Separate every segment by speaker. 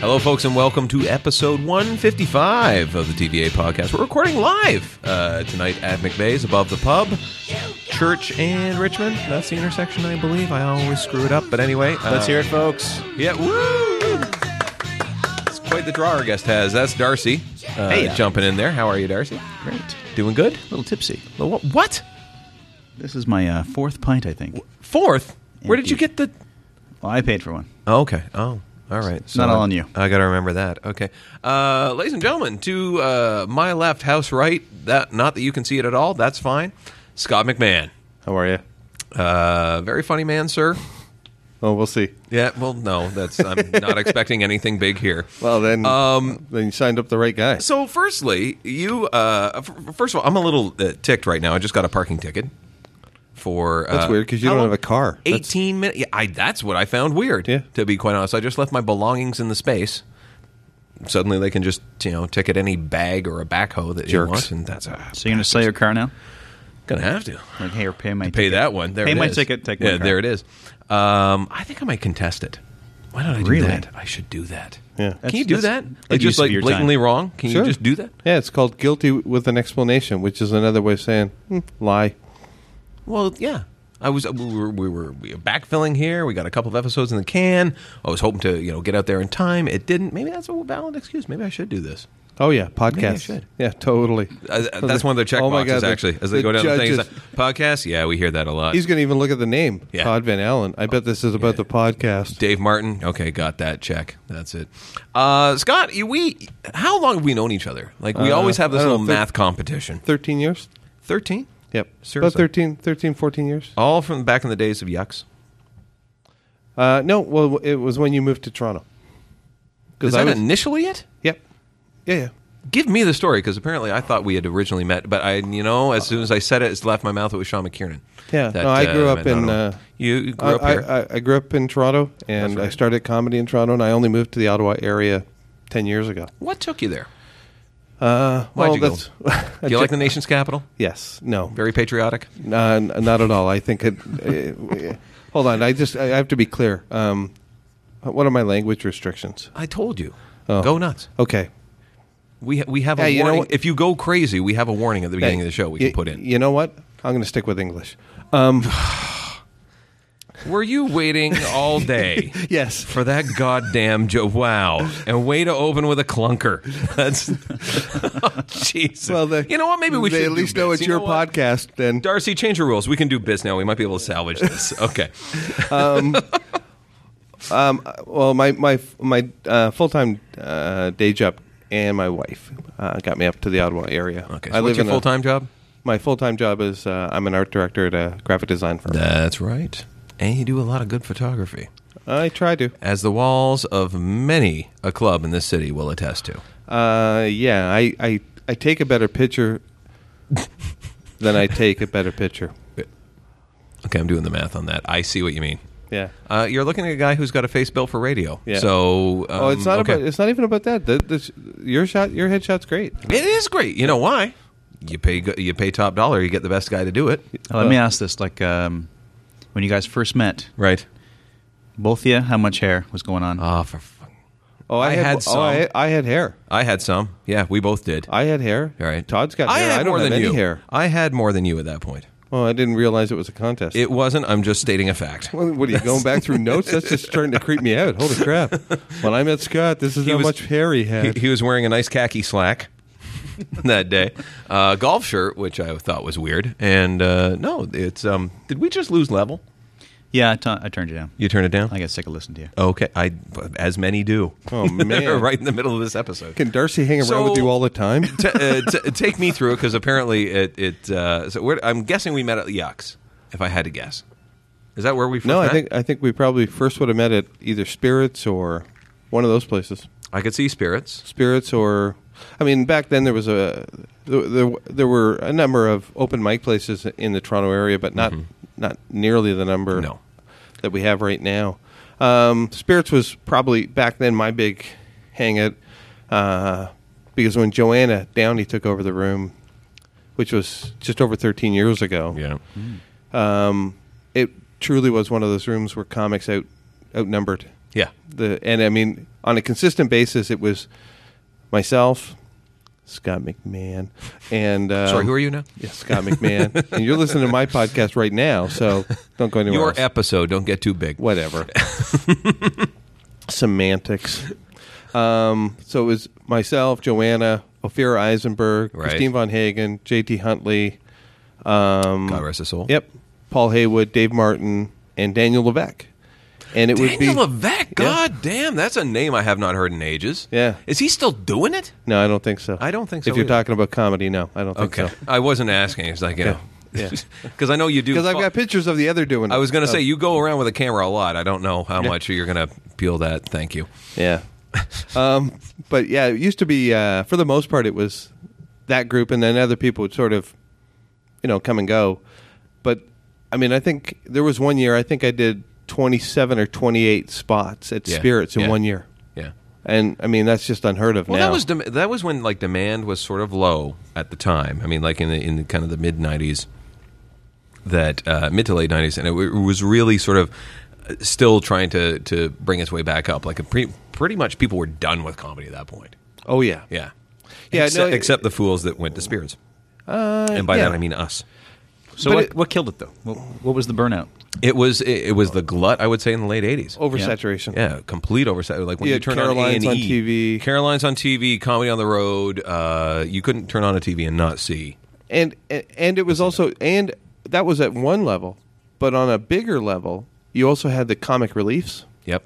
Speaker 1: Hello, folks, and welcome to episode 155 of the TVA podcast. We're recording live uh, tonight at McVeigh's above the pub, Church and Richmond. That's the intersection, I believe. I always screw it up, but anyway. uh,
Speaker 2: Let's hear it, folks.
Speaker 1: Yeah, woo! It's quite the draw our guest has. That's Darcy. Uh,
Speaker 2: Hey.
Speaker 1: jumping in there. How are you, Darcy?
Speaker 2: Great. A
Speaker 1: Doing good?
Speaker 2: little tipsy.
Speaker 1: Wha- What?
Speaker 2: This is my uh, fourth pint, I think.
Speaker 1: Fourth? Where did you
Speaker 2: Indeed.
Speaker 1: get the
Speaker 2: Well, I paid for one.
Speaker 1: Oh, okay. Oh, all right.
Speaker 2: not all
Speaker 1: I-
Speaker 2: on you.
Speaker 1: I got to remember that. Okay. Uh, ladies and gentlemen, to uh, my left, house right, that not that you can see it at all. That's fine. Scott McMahon.
Speaker 3: How are you?
Speaker 1: Uh, very funny man, sir.
Speaker 3: Oh, we'll see.
Speaker 1: Yeah, well, no, that's I'm not expecting anything big here.
Speaker 3: Well, then, um, then you signed up the right guy.
Speaker 1: So, firstly, you uh, f- first of all, I'm a little uh, ticked right now. I just got a parking ticket for
Speaker 3: That's
Speaker 1: uh,
Speaker 3: weird because you
Speaker 1: how
Speaker 3: don't
Speaker 1: long?
Speaker 3: have a car. That's-
Speaker 1: 18 minutes. Yeah, I, that's what I found weird.
Speaker 3: Yeah.
Speaker 1: To be quite honest, I just left my belongings in the space. Suddenly, they can just you know ticket any bag or a backhoe that
Speaker 3: Jerks.
Speaker 1: you want, and that's uh,
Speaker 2: So you're gonna sell your car now?
Speaker 1: gonna have to
Speaker 2: Like, hey, or pay my
Speaker 1: pay
Speaker 2: ticket.
Speaker 1: that one. There
Speaker 2: Pay
Speaker 1: it
Speaker 2: my
Speaker 1: is.
Speaker 2: ticket. Take my
Speaker 1: yeah.
Speaker 2: car.
Speaker 1: There it is. Um, I think I might contest it. Why don't I do
Speaker 2: Really?
Speaker 1: that? I should do that.
Speaker 3: Yeah.
Speaker 1: can
Speaker 2: That's-
Speaker 1: you do
Speaker 2: that's
Speaker 1: that?
Speaker 2: a good
Speaker 1: Like
Speaker 2: use
Speaker 1: just
Speaker 2: of
Speaker 1: like
Speaker 2: your time.
Speaker 1: blatantly wrong? Can
Speaker 3: Sure.
Speaker 1: you just do that?
Speaker 3: Yeah, it's called guilty with an explanation, which is another way of saying hmm, lie.
Speaker 1: Well, yeah. I was we were, we were we were backfilling here. We got a couple of episodes in the can. I was hoping to you know get out there in time. It didn't. Maybe that's a valid excuse. Maybe I should do this.
Speaker 3: Oh yeah,
Speaker 1: Maybe I
Speaker 3: podcast.
Speaker 1: should.
Speaker 3: Yeah, totally.
Speaker 1: I, that's one of their check
Speaker 3: Oh my
Speaker 1: boxes,
Speaker 3: God, the-
Speaker 1: actually, as they
Speaker 3: the
Speaker 1: go down the
Speaker 3: judges-
Speaker 1: things. Podcast, yeah, we hear that a lot.
Speaker 3: He's going to even look at the name,
Speaker 1: Yeah.
Speaker 3: Todd Van Allen. I bet this is about the podcast.
Speaker 1: Dave Martin, okay, got that check. That's it. Uh, Scott, you, we, how long have we known each other? Like we
Speaker 3: Uh,
Speaker 1: always have this
Speaker 3: I don't
Speaker 1: little
Speaker 3: know, thir-
Speaker 1: math competition.
Speaker 3: Thirteen years.
Speaker 1: Thirteen,
Speaker 3: Yep.
Speaker 1: Seriously?
Speaker 3: About 13, 13, 14 years.
Speaker 1: all from back in the days of Yucks.
Speaker 3: Uh, no, well, it was when you moved to Toronto.
Speaker 1: Is
Speaker 3: I
Speaker 1: that
Speaker 3: was-
Speaker 1: initially it?
Speaker 3: Yep. Yeah, yeah.
Speaker 1: Give me the story because apparently I thought we had originally met, but I, you know, as soon as I said it, it's left my mouth. It was Sean McKiernan.
Speaker 3: Yeah, no, I grew up
Speaker 1: meant- no,
Speaker 3: in,
Speaker 1: no.
Speaker 3: uh,
Speaker 1: you you grew
Speaker 3: I,
Speaker 1: up here.
Speaker 3: I, I- I grew up in Toronto, and I started comedy in Toronto, and I only moved to the Ottawa area ten years ago.
Speaker 1: what took you there?
Speaker 3: Uh,
Speaker 1: Why'd
Speaker 3: well,
Speaker 1: you go?
Speaker 3: that's
Speaker 1: Do you like the nation's capital?
Speaker 3: yes, no,
Speaker 1: Very patriotic.
Speaker 3: Uh, n- not at all. I think it. eh, hold on, I just I have to be clear. Um, what are my language restrictions?
Speaker 1: I told you,
Speaker 3: Oh.
Speaker 1: go nuts.
Speaker 3: Okay,
Speaker 1: We we have
Speaker 3: Yeah,
Speaker 1: a
Speaker 3: you know
Speaker 1: warning.
Speaker 3: what-
Speaker 1: if you go crazy, we have a warning at the beginning
Speaker 3: Hey,
Speaker 1: of the show. We
Speaker 3: y-
Speaker 1: can put in.
Speaker 3: You know what? I'm going to stick with English.
Speaker 1: Were you waiting all day?
Speaker 3: Yes.
Speaker 1: For that goddamn joke! Wow, and way to open with a clunker. That's oh, Jesus.
Speaker 3: Well, they,
Speaker 1: you know what? Maybe we
Speaker 3: they
Speaker 1: should do
Speaker 3: at least know
Speaker 1: bits.
Speaker 3: it's
Speaker 1: You
Speaker 3: your
Speaker 1: know what?
Speaker 3: podcast. Then
Speaker 1: Darcy, change your rules. We can do biz now. We might be able to salvage this. Okay.
Speaker 3: Well, my my my uh, full time uh, day job and my wife uh, got me up to the Ottawa area.
Speaker 1: Okay. So what's your
Speaker 3: in a-
Speaker 1: full time job?
Speaker 3: My full time job is uh, I'm an art director at a graphic design firm.
Speaker 1: That's right. And you do a lot of good photography,
Speaker 3: I try to.
Speaker 1: as the walls of many a club in this city will attest to.
Speaker 3: Uh, yeah, I, I I take a better picture than I take a better picture.
Speaker 1: Okay, I'm doing the math on that. I see what you mean.
Speaker 3: Yeah.
Speaker 1: Uh, you're looking at a guy who's got a face built for radio.
Speaker 3: Yeah.
Speaker 1: So, um,
Speaker 3: oh, it's not
Speaker 1: okay.
Speaker 3: about. It's not even about that. The, the, your shot, your headshot's great.
Speaker 1: It is great. You know why? You pay go- you pay top dollar. You get the best guy to do it.
Speaker 2: Oh, let me ask this: like, um, when you guys first met,
Speaker 1: Right.
Speaker 2: both of you, how much hair was going on?
Speaker 1: Ah, for fuck.
Speaker 3: Oh, I,
Speaker 1: I
Speaker 3: had.
Speaker 1: had
Speaker 3: oh,
Speaker 1: some.
Speaker 3: I, I had hair.
Speaker 1: I had some. Yeah, we both did.
Speaker 3: I had hair.
Speaker 1: All right.
Speaker 3: Uh, Todd's got
Speaker 1: I
Speaker 3: hair.
Speaker 1: had
Speaker 3: I don't
Speaker 1: more
Speaker 3: have
Speaker 1: than
Speaker 3: any
Speaker 1: you.
Speaker 3: hair.
Speaker 1: I had more than you at that point.
Speaker 3: Oh, I didn't realize it was a contest.
Speaker 1: It wasn't. I'm just stating a fact.
Speaker 3: Well, what are you going back through notes? That's just starting to creep me out. Holy crap! When I met Scott, this is
Speaker 1: He
Speaker 3: how
Speaker 1: was-
Speaker 3: much hair he
Speaker 1: He,
Speaker 3: had.
Speaker 1: he was wearing a nice khaki slack that day, uh, golf shirt, which I thought was weird. And uh, no, it's um. Did we just lose level?
Speaker 2: yeah, I tu- I turned you down.
Speaker 1: You turn it down.
Speaker 2: I got sick of listening to you.
Speaker 1: okay, I as many do.
Speaker 3: Oh, man.
Speaker 1: right in the middle of this episode.
Speaker 3: Can Darcy hang around
Speaker 1: So-
Speaker 3: with you all the time?
Speaker 1: T- uh, t- take me through it because apparently it. it uh, so where, I'm guessing we met at Yucks, if I had to guess. Is that where we? First
Speaker 3: No, I
Speaker 1: met?
Speaker 3: think I think we probably first would have met at either Spirits or one of those places.
Speaker 1: I could see spirits.
Speaker 3: Spirits or, I mean, back then there was a there there, there were a number of open mic places in the Toronto area, but not not nearly the number
Speaker 1: Mm-hmm. No.
Speaker 3: that we have right now. Um, Spirits was probably back then my big hangout uh, because when Joanna Downey took over the room, which was just over 13 years ago,
Speaker 1: Yeah.
Speaker 3: um, it truly was one of those rooms where comics out outnumbered
Speaker 1: Yeah.
Speaker 3: the and I mean on a consistent basis, it was myself, Scott McMahon, and um,
Speaker 1: Sorry, who are you now?
Speaker 3: Yeah, Scott McMahon, and you're listening to my podcast right now, so don't go anywhere.
Speaker 1: Your
Speaker 3: else.
Speaker 1: episode. Don't get too big.
Speaker 3: whatever. Semantics. Um, so it was myself, Joanna, Ophira Eisenberg,
Speaker 1: Right.
Speaker 3: Christine Von Hagen, J.T. Huntley. Um,
Speaker 1: God rest his soul.
Speaker 3: Yep. Paul Haywood, Dave Martin, and Daniel Levesque. And it would be
Speaker 1: Daniel Levesque. God damn, that's a name I have not heard in ages.
Speaker 3: Yeah.
Speaker 1: Is he still doing it?
Speaker 3: no, I don't think so.
Speaker 1: I don't think so
Speaker 3: If you're
Speaker 1: either.
Speaker 3: talking about comedy, no, I don't think
Speaker 1: Okay.
Speaker 3: so.
Speaker 1: I wasn't asking. It's like, you know.
Speaker 3: Yeah. Yeah.
Speaker 1: Because I know you do.
Speaker 3: Because I've
Speaker 1: fo-
Speaker 3: got pictures of the other doing.
Speaker 1: I was going to
Speaker 3: to
Speaker 1: say, you go around with a camera a lot. I don't know how much you're going to peel that. Thank you.
Speaker 3: Yeah. um, but yeah, it used to be uh, for the most part it was that group, and then other people would sort of, you know, come and go. But I mean, I think there was one year I think I did 27 or 28 spots at
Speaker 1: Yeah.
Speaker 3: Spirits in
Speaker 1: Yeah.
Speaker 3: one year,
Speaker 1: Yeah.
Speaker 3: and I mean that's just unheard of
Speaker 1: Well,
Speaker 3: now.
Speaker 1: that was dem- that was when like demand was sort of low at the time. I mean, like in the in the kind of the mid '90s, that uh, mid to late '90s, and it, w- it was really sort of uh, still trying to to bring its way back up. Like a pre- pretty much people were done with comedy at that point.
Speaker 3: oh yeah,
Speaker 1: Yeah,
Speaker 3: Yeah,
Speaker 1: Except,
Speaker 3: no, it-
Speaker 1: except the fools that went to spirits, uh, and by
Speaker 3: yeah.
Speaker 1: that I mean us.
Speaker 2: So
Speaker 3: But
Speaker 2: what,
Speaker 3: it-
Speaker 2: what killed it though? What, what was the burnout?
Speaker 1: It was it, it was the glut I would say in the late '80s.
Speaker 3: oversaturation.
Speaker 1: Yeah, complete oversight. Like when
Speaker 3: Yeah,
Speaker 1: you turn
Speaker 3: Caroline's
Speaker 1: Oh. on,
Speaker 3: on
Speaker 1: A&E,
Speaker 3: TV.
Speaker 1: Caroline's on TV, Comedy on the Road. Uh, you couldn't turn on a TV and not see.
Speaker 3: and and- and it was also and that was at one level, but on a bigger level, you also had the comic reliefs.
Speaker 1: Yep.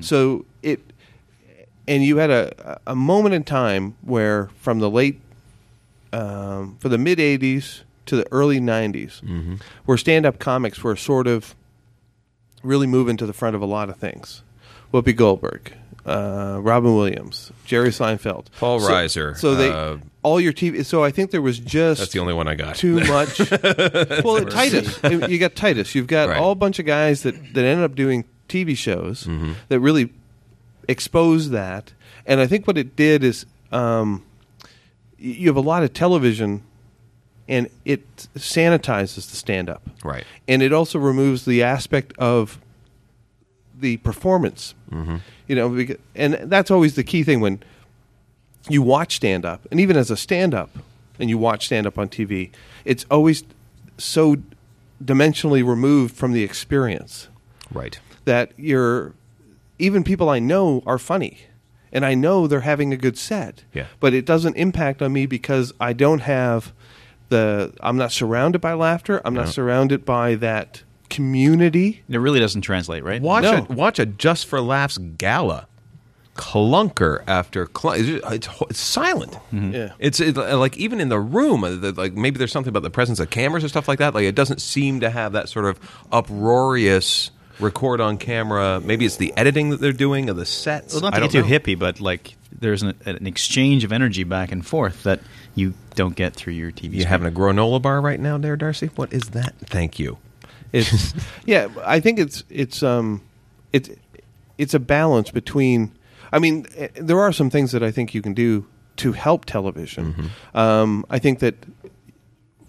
Speaker 3: So it, and you had a a moment in time where from the late, um, from the mid '80s to the early '90s,
Speaker 1: Mm-hmm.
Speaker 3: where stand-up comics were sort of really moving to the front of a lot of things. Whoopi Goldberg, uh, Robin Williams, Jerry Seinfeld,
Speaker 1: Paul
Speaker 3: so,
Speaker 1: Reiser,
Speaker 3: So they
Speaker 1: uh,
Speaker 3: all your TV. So I think there was just
Speaker 1: That's the only one I got.
Speaker 3: too much. well, Titus, you got Titus. You've got
Speaker 1: Right.
Speaker 3: all bunch of guys that that ended up doing TV shows that really exposed that. And I think what it did is, um, y- you have a lot of television, and it sanitizes the stand up,
Speaker 1: Right.
Speaker 3: And it also removes the aspect of the performance. You know, becau- and that's always the key thing when you watch stand up, and even as a stand up, and you watch stand up on TV, it's always so dimensionally removed from the experience
Speaker 1: Right.
Speaker 3: that you're even people I know are funny, and I know they're having a good set.
Speaker 1: Yeah.
Speaker 3: But it doesn't impact on me because I don't have the. I'm not surrounded by laughter. I'm not surrounded by that community.
Speaker 2: It really doesn't translate, right?
Speaker 1: Watch
Speaker 3: No.
Speaker 1: a watch a Just for Laughs gala. Clunker after clunker. It's, it's, it's silent.
Speaker 3: Yeah.
Speaker 1: It's it, uh, like even in the room, uh, the, like maybe there's something about the presence of cameras or stuff like that. Like it doesn't seem to have that sort of uproarious record on camera. Maybe it's the editing that they're doing of the sets.
Speaker 2: Well, not
Speaker 1: I
Speaker 2: to get too
Speaker 1: don't know.
Speaker 2: hippie, but like there's an, an exchange of energy back and forth that you don't get through your TV.
Speaker 1: You
Speaker 2: screen.
Speaker 1: having a granola bar right now, there, Darcy? What is that? Thank you.
Speaker 3: It's yeah, I think it's it's um it's it's a balance between. I mean, eh, there are some things that I think you can do to help television. Um, I think that,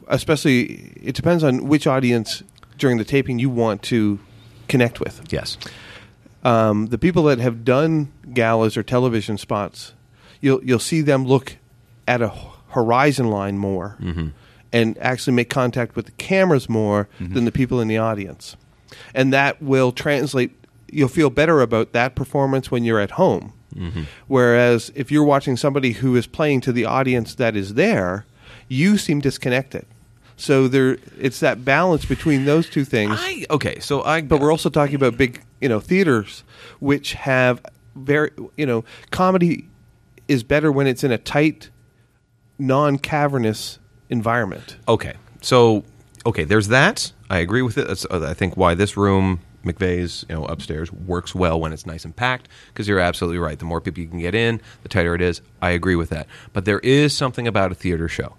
Speaker 3: especially, it depends on which audience during the taping you want to connect with.
Speaker 1: Yes.
Speaker 3: Um, the people that have done galas or television spots, you'll you'll see them look at a h- horizon line more and actually make contact with the cameras more than the people in the audience, and that will translate. You'll feel better about that performance when you're at home. Whereas if you're watching somebody who is playing to the audience that is there, you seem disconnected. So there, it's that balance between those two things
Speaker 1: I okay. So I
Speaker 3: but we're also talking about big you know theaters which have very you know comedy is better when it's in a tight non-cavernous environment
Speaker 1: Okay. So, okay, there's that. I agree with it. That's, uh, I think, why this room, McVeigh's, you know, upstairs, works well when it's nice and packed. Because you're absolutely right. The more people you can get in, the tighter it is. I agree with that. But there is something about a theater show.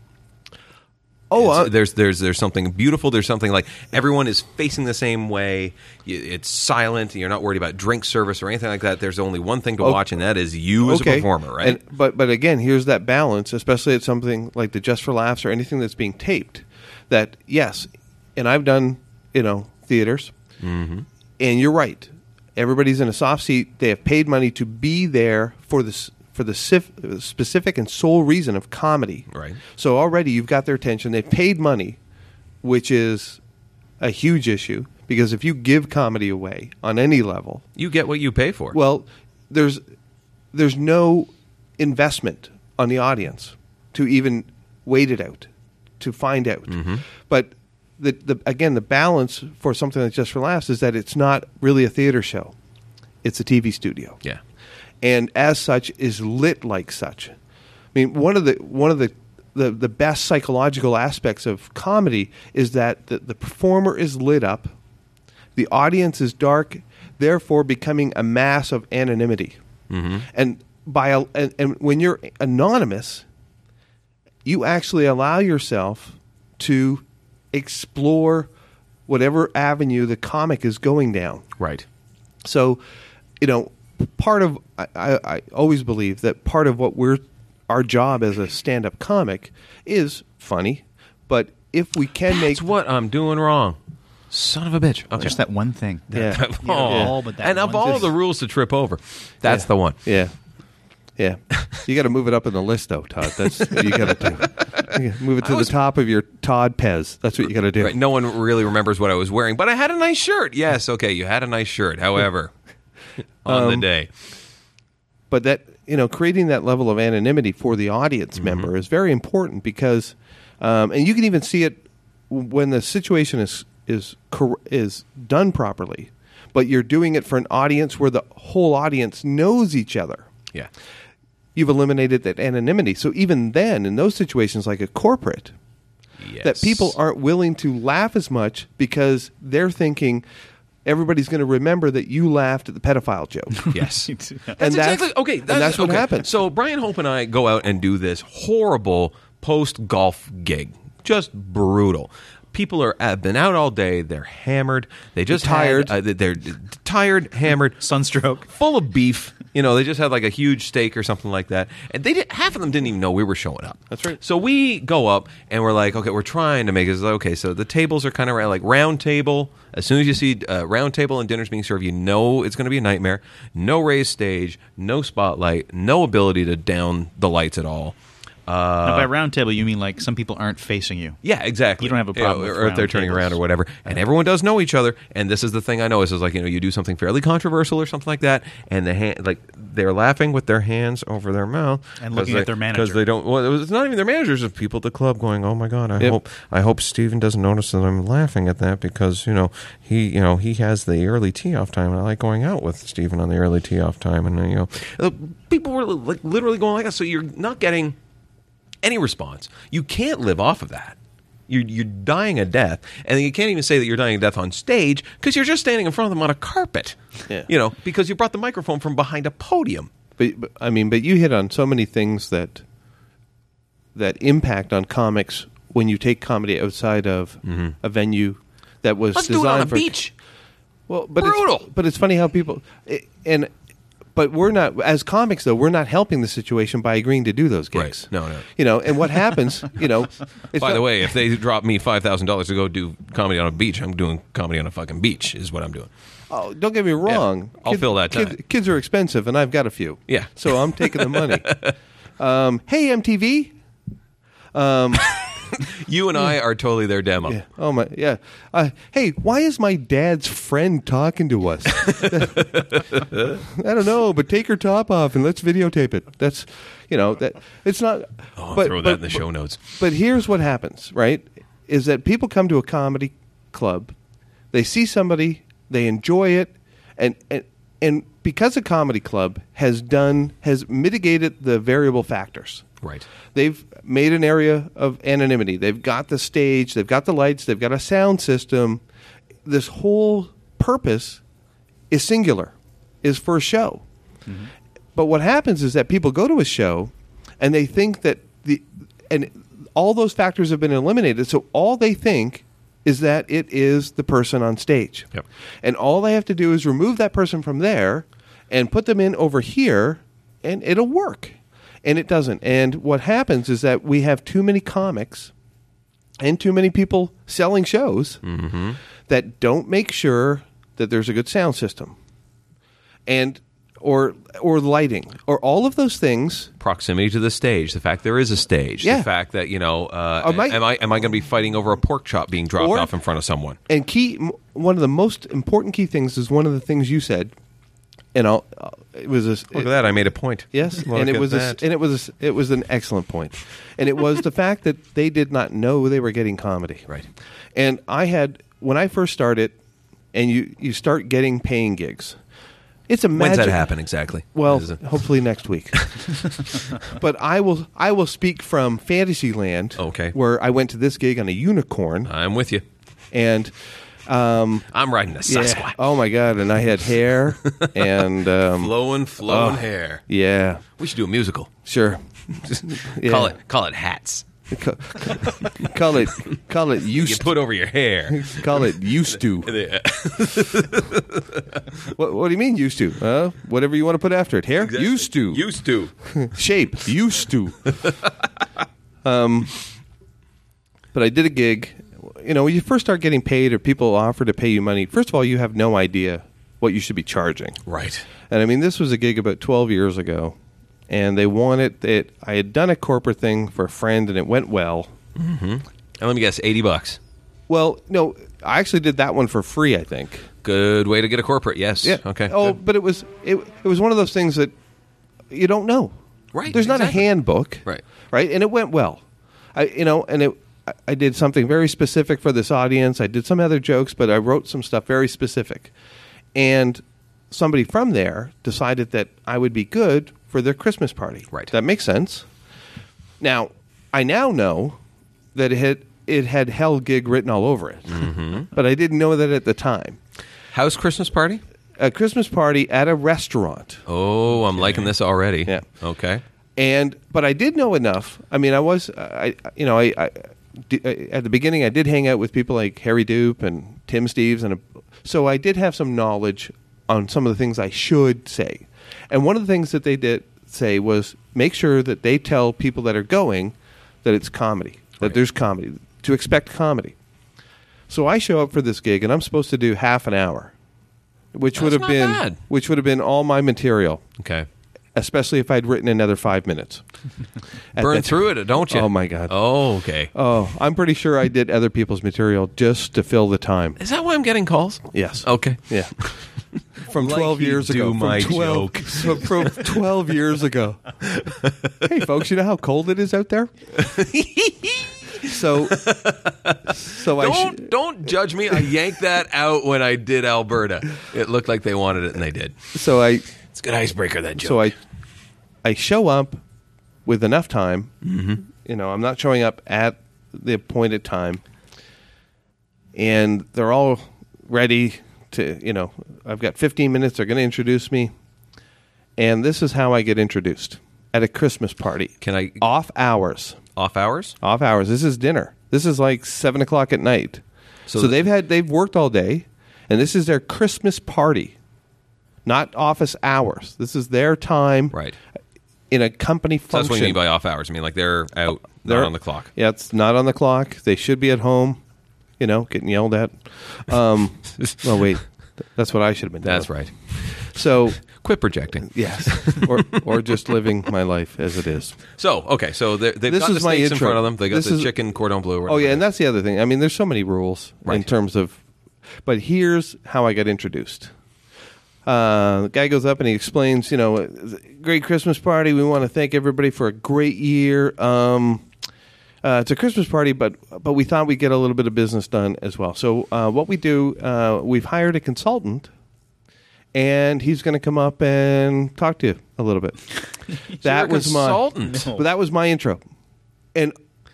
Speaker 3: oh
Speaker 1: It's-
Speaker 3: uh,
Speaker 1: there's there's there's something beautiful. There's something like everyone is facing the same way. Y- It's silent. You're not worried about drink service or anything like that. There's only one thing to watch, and that is you as a performer, right?
Speaker 3: Oh, And- but but again, here's that balance, especially at something like the Just for Laughs or anything that's being taped. That
Speaker 1: Mm-hmm.
Speaker 3: yes, and I've done you know theaters, and you're right. Everybody's in a soft seat. They have paid money to be there for this for the sif- specific and sole reason of comedy.
Speaker 1: Right.
Speaker 3: So already you've got their attention. They've paid money, which is a huge issue because if you give comedy away on any level,
Speaker 1: You get what you pay for.
Speaker 3: well, there's there's no investment on the audience to even wait it out, to find out. But the, the again, the balance for something that's just for laughs is that it's not really a theater show; it's a TV studio
Speaker 1: yeah.
Speaker 3: and as such is lit like such. I mean, one of the one of the the, the best psychological aspects of comedy is that the, the performer is lit up, the audience is dark, therefore becoming a mass of anonymity. And by a- and, and when you're anonymous, you actually allow yourself to explore whatever avenue the comic is going down.
Speaker 1: Right.
Speaker 3: So, you know, part of I, I, I always believe that part of what we're our job as a stand-up comic is funny, but if we can make
Speaker 1: That's what I'm doing wrong. Son of a bitch. Okay.
Speaker 2: Just that one thing.
Speaker 3: yeah,
Speaker 1: Oh.
Speaker 2: all but that
Speaker 1: and of
Speaker 2: one.
Speaker 1: all the rules to trip over, that's
Speaker 3: Yeah.
Speaker 1: the one.
Speaker 3: yeah, yeah, you got to move it up in the list though, Todd. That's what you got to do. You gotta Move it to
Speaker 1: was-
Speaker 3: the top of your Todd Pez. That's what you got to do.
Speaker 1: Right. No one really remembers what I was wearing, but I had a nice shirt. Yes, okay, you had a nice shirt. However, on
Speaker 3: Um,
Speaker 1: the day,
Speaker 3: but that you know creating that level of anonymity for the audience member is very important because um, and you can even see it w- when the situation is is cor- is done properly but you're doing it for an audience where the whole audience knows each other
Speaker 1: yeah,
Speaker 3: you've eliminated that anonymity so even then in those situations like a corporate
Speaker 1: yes.
Speaker 3: that people aren't willing to laugh as much because they're thinking everybody's going to remember that you laughed at the pedophile joke
Speaker 1: Yes.
Speaker 3: And that's- and that's what
Speaker 1: okay.
Speaker 3: happened.
Speaker 1: So Brian Hope and I go out and do this horrible post golf gig, just brutal. People are have been out all day. They're hammered. They just
Speaker 3: Tired.
Speaker 1: had, uh, they're tired, hammered,
Speaker 2: Sunstroke.
Speaker 1: full of beef. You know, they just had like a huge steak or something like that, and they did, half of them didn't even know we were showing up.
Speaker 3: That's right.
Speaker 1: So we go up and we're like, okay, we're trying to make it. Okay, so the tables are kind of like round table. As soon as you see uh, round table and dinners being served, you know it's going to be a nightmare. No raised stage, no spotlight, no ability to down the lights at all.
Speaker 2: now, by round table, you mean like some people aren't facing you.
Speaker 1: Yeah, exactly.
Speaker 2: You don't have a problem
Speaker 1: You know,
Speaker 2: with
Speaker 1: or if they're
Speaker 2: round
Speaker 1: turning
Speaker 2: tables.
Speaker 1: around or whatever. And everyone does know each other. And this is the thing I know is, is like you know you do something fairly controversial or something like that, and the hand like they're laughing with their hands over their mouth
Speaker 2: And looking at their manager.
Speaker 1: because they don't. Well, it was- it's not even their managers; it's people at the club going, "Oh my god, I
Speaker 3: Yep.
Speaker 1: hope I hope Steven doesn't notice that I'm laughing at that because you know he you know he has the early tee off time, and I like going out with Steven on the early tee off time, and you know Uh, people were like literally going like that. So you're not getting any response. You can't live off of that. You're, you're dying a death, and you can't even say that you're dying a death on stage because you're just standing in front of them on a carpet.
Speaker 3: Yeah.
Speaker 1: You know, because you brought the microphone from behind a podium.
Speaker 3: But, but I mean, but you hit on so many things that that impact on comics when you take comedy outside of
Speaker 1: Mm-hmm.
Speaker 3: a venue that was
Speaker 1: Let's
Speaker 3: designed
Speaker 1: do it on a
Speaker 3: for
Speaker 1: beach.
Speaker 3: Well, but it's-
Speaker 1: Brutal.
Speaker 3: but it's funny how people i- and but we're not as comics though. We're not helping the situation by agreeing to do those gigs.
Speaker 1: Right. No, no.
Speaker 3: You know, and what happens? You know, it's
Speaker 1: By
Speaker 3: not-
Speaker 1: the way, if they drop me five thousand dollars to go do comedy on a beach, I'm doing comedy on a fucking beach. Is what I'm doing.
Speaker 3: Oh, don't get me wrong.
Speaker 1: I'll fill that
Speaker 3: kid-
Speaker 1: time.
Speaker 3: kids are expensive, and I've got a few.
Speaker 1: Yeah.
Speaker 3: So I'm taking the money. um, hey, MTV.
Speaker 1: You and I are totally their demo.
Speaker 3: Yeah. Oh my. Yeah. Uh, hey, why is my dad's friend talking to us? I don't know, but take her top off and let's videotape it. That's, you know, that it's not.
Speaker 1: Oh, I'll
Speaker 3: but,
Speaker 1: throw that
Speaker 3: but-
Speaker 1: in the show notes.
Speaker 3: But here's what happens, right? Is that people come to a comedy club, they see somebody, they enjoy it, and and and because a comedy club has done has mitigated the variable factors.
Speaker 1: Right.
Speaker 3: They've made an area of anonymity. They've got the stage, they've got the lights, they've got a sound system. This whole purpose is singular, is for a show. But what happens is that people go to a show and they think that the and all those factors have been eliminated. So all they think is that it is the person on stage.
Speaker 1: Yep.
Speaker 3: And all they have to do is remove that person from there and put them in over here and it'll work. And it doesn't. And what happens is that we have too many comics and too many people selling shows that don't make sure that there's a good sound system and or or lighting or all of those things.
Speaker 1: proximity to the stage, the fact there is a stage,
Speaker 3: Yeah.
Speaker 1: the fact that you know, uh,
Speaker 3: Am I-
Speaker 1: am I am I going to be fighting over a pork chop being dropped
Speaker 3: Or-
Speaker 1: off in front of someone?
Speaker 3: And key, m- one of the most important key things is one of the things you said, and I'll, uh, it was a,
Speaker 1: Look at that! I made a point.
Speaker 3: Yes,
Speaker 1: Look
Speaker 3: and it
Speaker 1: at
Speaker 3: was a,
Speaker 1: that.
Speaker 3: and it was a, it was an excellent point, and it was the fact that they did not know they were getting comedy.
Speaker 1: Right.
Speaker 3: And I had when I first started, and you you start getting paying gigs. It's a
Speaker 1: When's
Speaker 3: magic.
Speaker 1: that happen exactly?
Speaker 3: Well,
Speaker 1: Is it-
Speaker 3: hopefully next week. but I will I will speak from Fantasyland.
Speaker 1: Okay. Uh.
Speaker 3: Where I went to this gig on a unicorn
Speaker 1: I'm with you.
Speaker 3: and. Um,
Speaker 1: I'm riding a Sasquatch,
Speaker 3: Oh my god! And I had hair, and um,
Speaker 1: flowing, flowing hair.
Speaker 3: yeah,
Speaker 1: We should do a musical.
Speaker 3: sure. Yeah.
Speaker 1: Call it call it hats.
Speaker 3: Co- call it call it
Speaker 1: You
Speaker 3: used
Speaker 1: put over your hair.
Speaker 3: call it used to. What, what do you mean used to? Uh, whatever you want to put after it. Hair used to.
Speaker 1: Used to.
Speaker 3: Shape used to. um, but I did a gig. You know, when you first start getting paid, or people offer to pay you money, first of all, you have no idea what you should be charging.
Speaker 1: Right.
Speaker 3: And I mean, this was a gig about 12 years ago, and they wanted it. I had done a corporate thing for a friend, and it went well.
Speaker 1: And let me guess, eighty bucks.
Speaker 3: Well, no, I actually did that one for free. I think.
Speaker 1: Good way to get a corporate. Yes.
Speaker 3: Yeah.
Speaker 1: Okay.
Speaker 3: Oh,
Speaker 1: good.
Speaker 3: but it was it, it was one of those things that you don't know.
Speaker 1: Right,
Speaker 3: There's not
Speaker 1: exactly.
Speaker 3: a handbook.
Speaker 1: Right.
Speaker 3: Right. And it went well. I you know and it I- I did something very specific for this audience. I did some other jokes, but I wrote some stuff very specific. And somebody from there decided that I would be good for their Christmas party.
Speaker 1: Right.
Speaker 3: That makes sense. Now, I now know that it had, it had hell gig written all over it.
Speaker 1: Mm-hmm.
Speaker 3: but I didn't know that at the time
Speaker 1: house Christmas party.
Speaker 3: a Christmas party at a restaurant.
Speaker 1: Oh, I'm liking this already.
Speaker 3: Yeah.
Speaker 1: Okay.
Speaker 3: And but I did know enough. I mean, I was I I- you know I, I di- I- at the beginning I did hang out with people like Harry Dupe and Tim Steves and a, so I did have some knowledge on some of the things I should say. And one of the things that they did say was make sure that they tell people that are going that it's comedy, that
Speaker 1: Right.
Speaker 3: there's comedy, to expect comedy. So I show up for this gig and I'm supposed to do half an hour, which would
Speaker 1: That's
Speaker 3: have
Speaker 1: not
Speaker 3: been
Speaker 1: bad.
Speaker 3: which would have been all my material,
Speaker 1: Okay.
Speaker 3: especially if I'd written another five minutes. At
Speaker 1: Burn
Speaker 3: that-
Speaker 1: through it, don't you?
Speaker 3: Oh, my God.
Speaker 1: Oh, okay.
Speaker 3: Oh, I'm pretty sure I did other people's material just to fill the time.
Speaker 1: Is that why I'm getting calls?
Speaker 3: Yes.
Speaker 1: Okay.
Speaker 3: Yeah. From
Speaker 1: Oh. Like
Speaker 3: 12
Speaker 1: you
Speaker 3: years
Speaker 1: do
Speaker 3: ago. From
Speaker 1: my
Speaker 3: 12,
Speaker 1: joke.
Speaker 3: From, from 12 years ago. Hey, folks, you know how cold it is out there? so, so I. sh-
Speaker 1: Don't don't judge me. I yanked that out when I did Alberta. It looked like they wanted it, and they did.
Speaker 3: so I
Speaker 1: It's a good icebreaker that joke.
Speaker 3: so I I show up with enough time.
Speaker 1: Mm-hmm.
Speaker 3: You know, I'm not showing up at the appointed time, and they're all ready to. You know, I've got 15 minutes. They're going to introduce me, and this is how I get introduced at a Christmas party.
Speaker 1: Can I-
Speaker 3: off hours?
Speaker 1: off hours.
Speaker 3: Off hours. This is dinner. This is like seven o'clock at night.
Speaker 1: So
Speaker 3: So,
Speaker 1: th-
Speaker 3: they've had they've worked all day, and this is their Christmas party, not office hours. This is their time,
Speaker 1: Right.
Speaker 3: In a company
Speaker 1: So
Speaker 3: function.
Speaker 1: that's what you mean by off hours. I mean like they're out,
Speaker 3: They're-
Speaker 1: not on the clock.
Speaker 3: Yeah, it's not on the clock. They should be at home. You know, getting yelled at. Um, well, wait, Th- that's what I should have been. doing.
Speaker 1: That's right.
Speaker 3: So
Speaker 1: Quit projecting.
Speaker 3: yes, or or just living my life as it is.
Speaker 1: So okay, so they're- they've
Speaker 3: This
Speaker 1: got the
Speaker 3: is my
Speaker 1: steaks in
Speaker 3: intro.
Speaker 1: front of them. They got
Speaker 3: This
Speaker 1: the
Speaker 3: is-
Speaker 1: chicken cordon bleu. or
Speaker 3: Oh yeah,
Speaker 1: whatever.
Speaker 3: and that's the other thing. I mean, there's so many rules in
Speaker 1: Right.
Speaker 3: terms of, but here's how I got introduced. Uh, the guy goes up and he explains, you know, great Christmas party. We want to thank everybody for a great year. Um, uh, it's a Christmas party, but but we thought we'd get a little bit of business done as well. So uh, what we do, uh, we've hired a consultant, and he's going to come up and talk to you a little bit.
Speaker 1: you're a consultant.
Speaker 3: my
Speaker 2: No.
Speaker 3: but that was my intro, and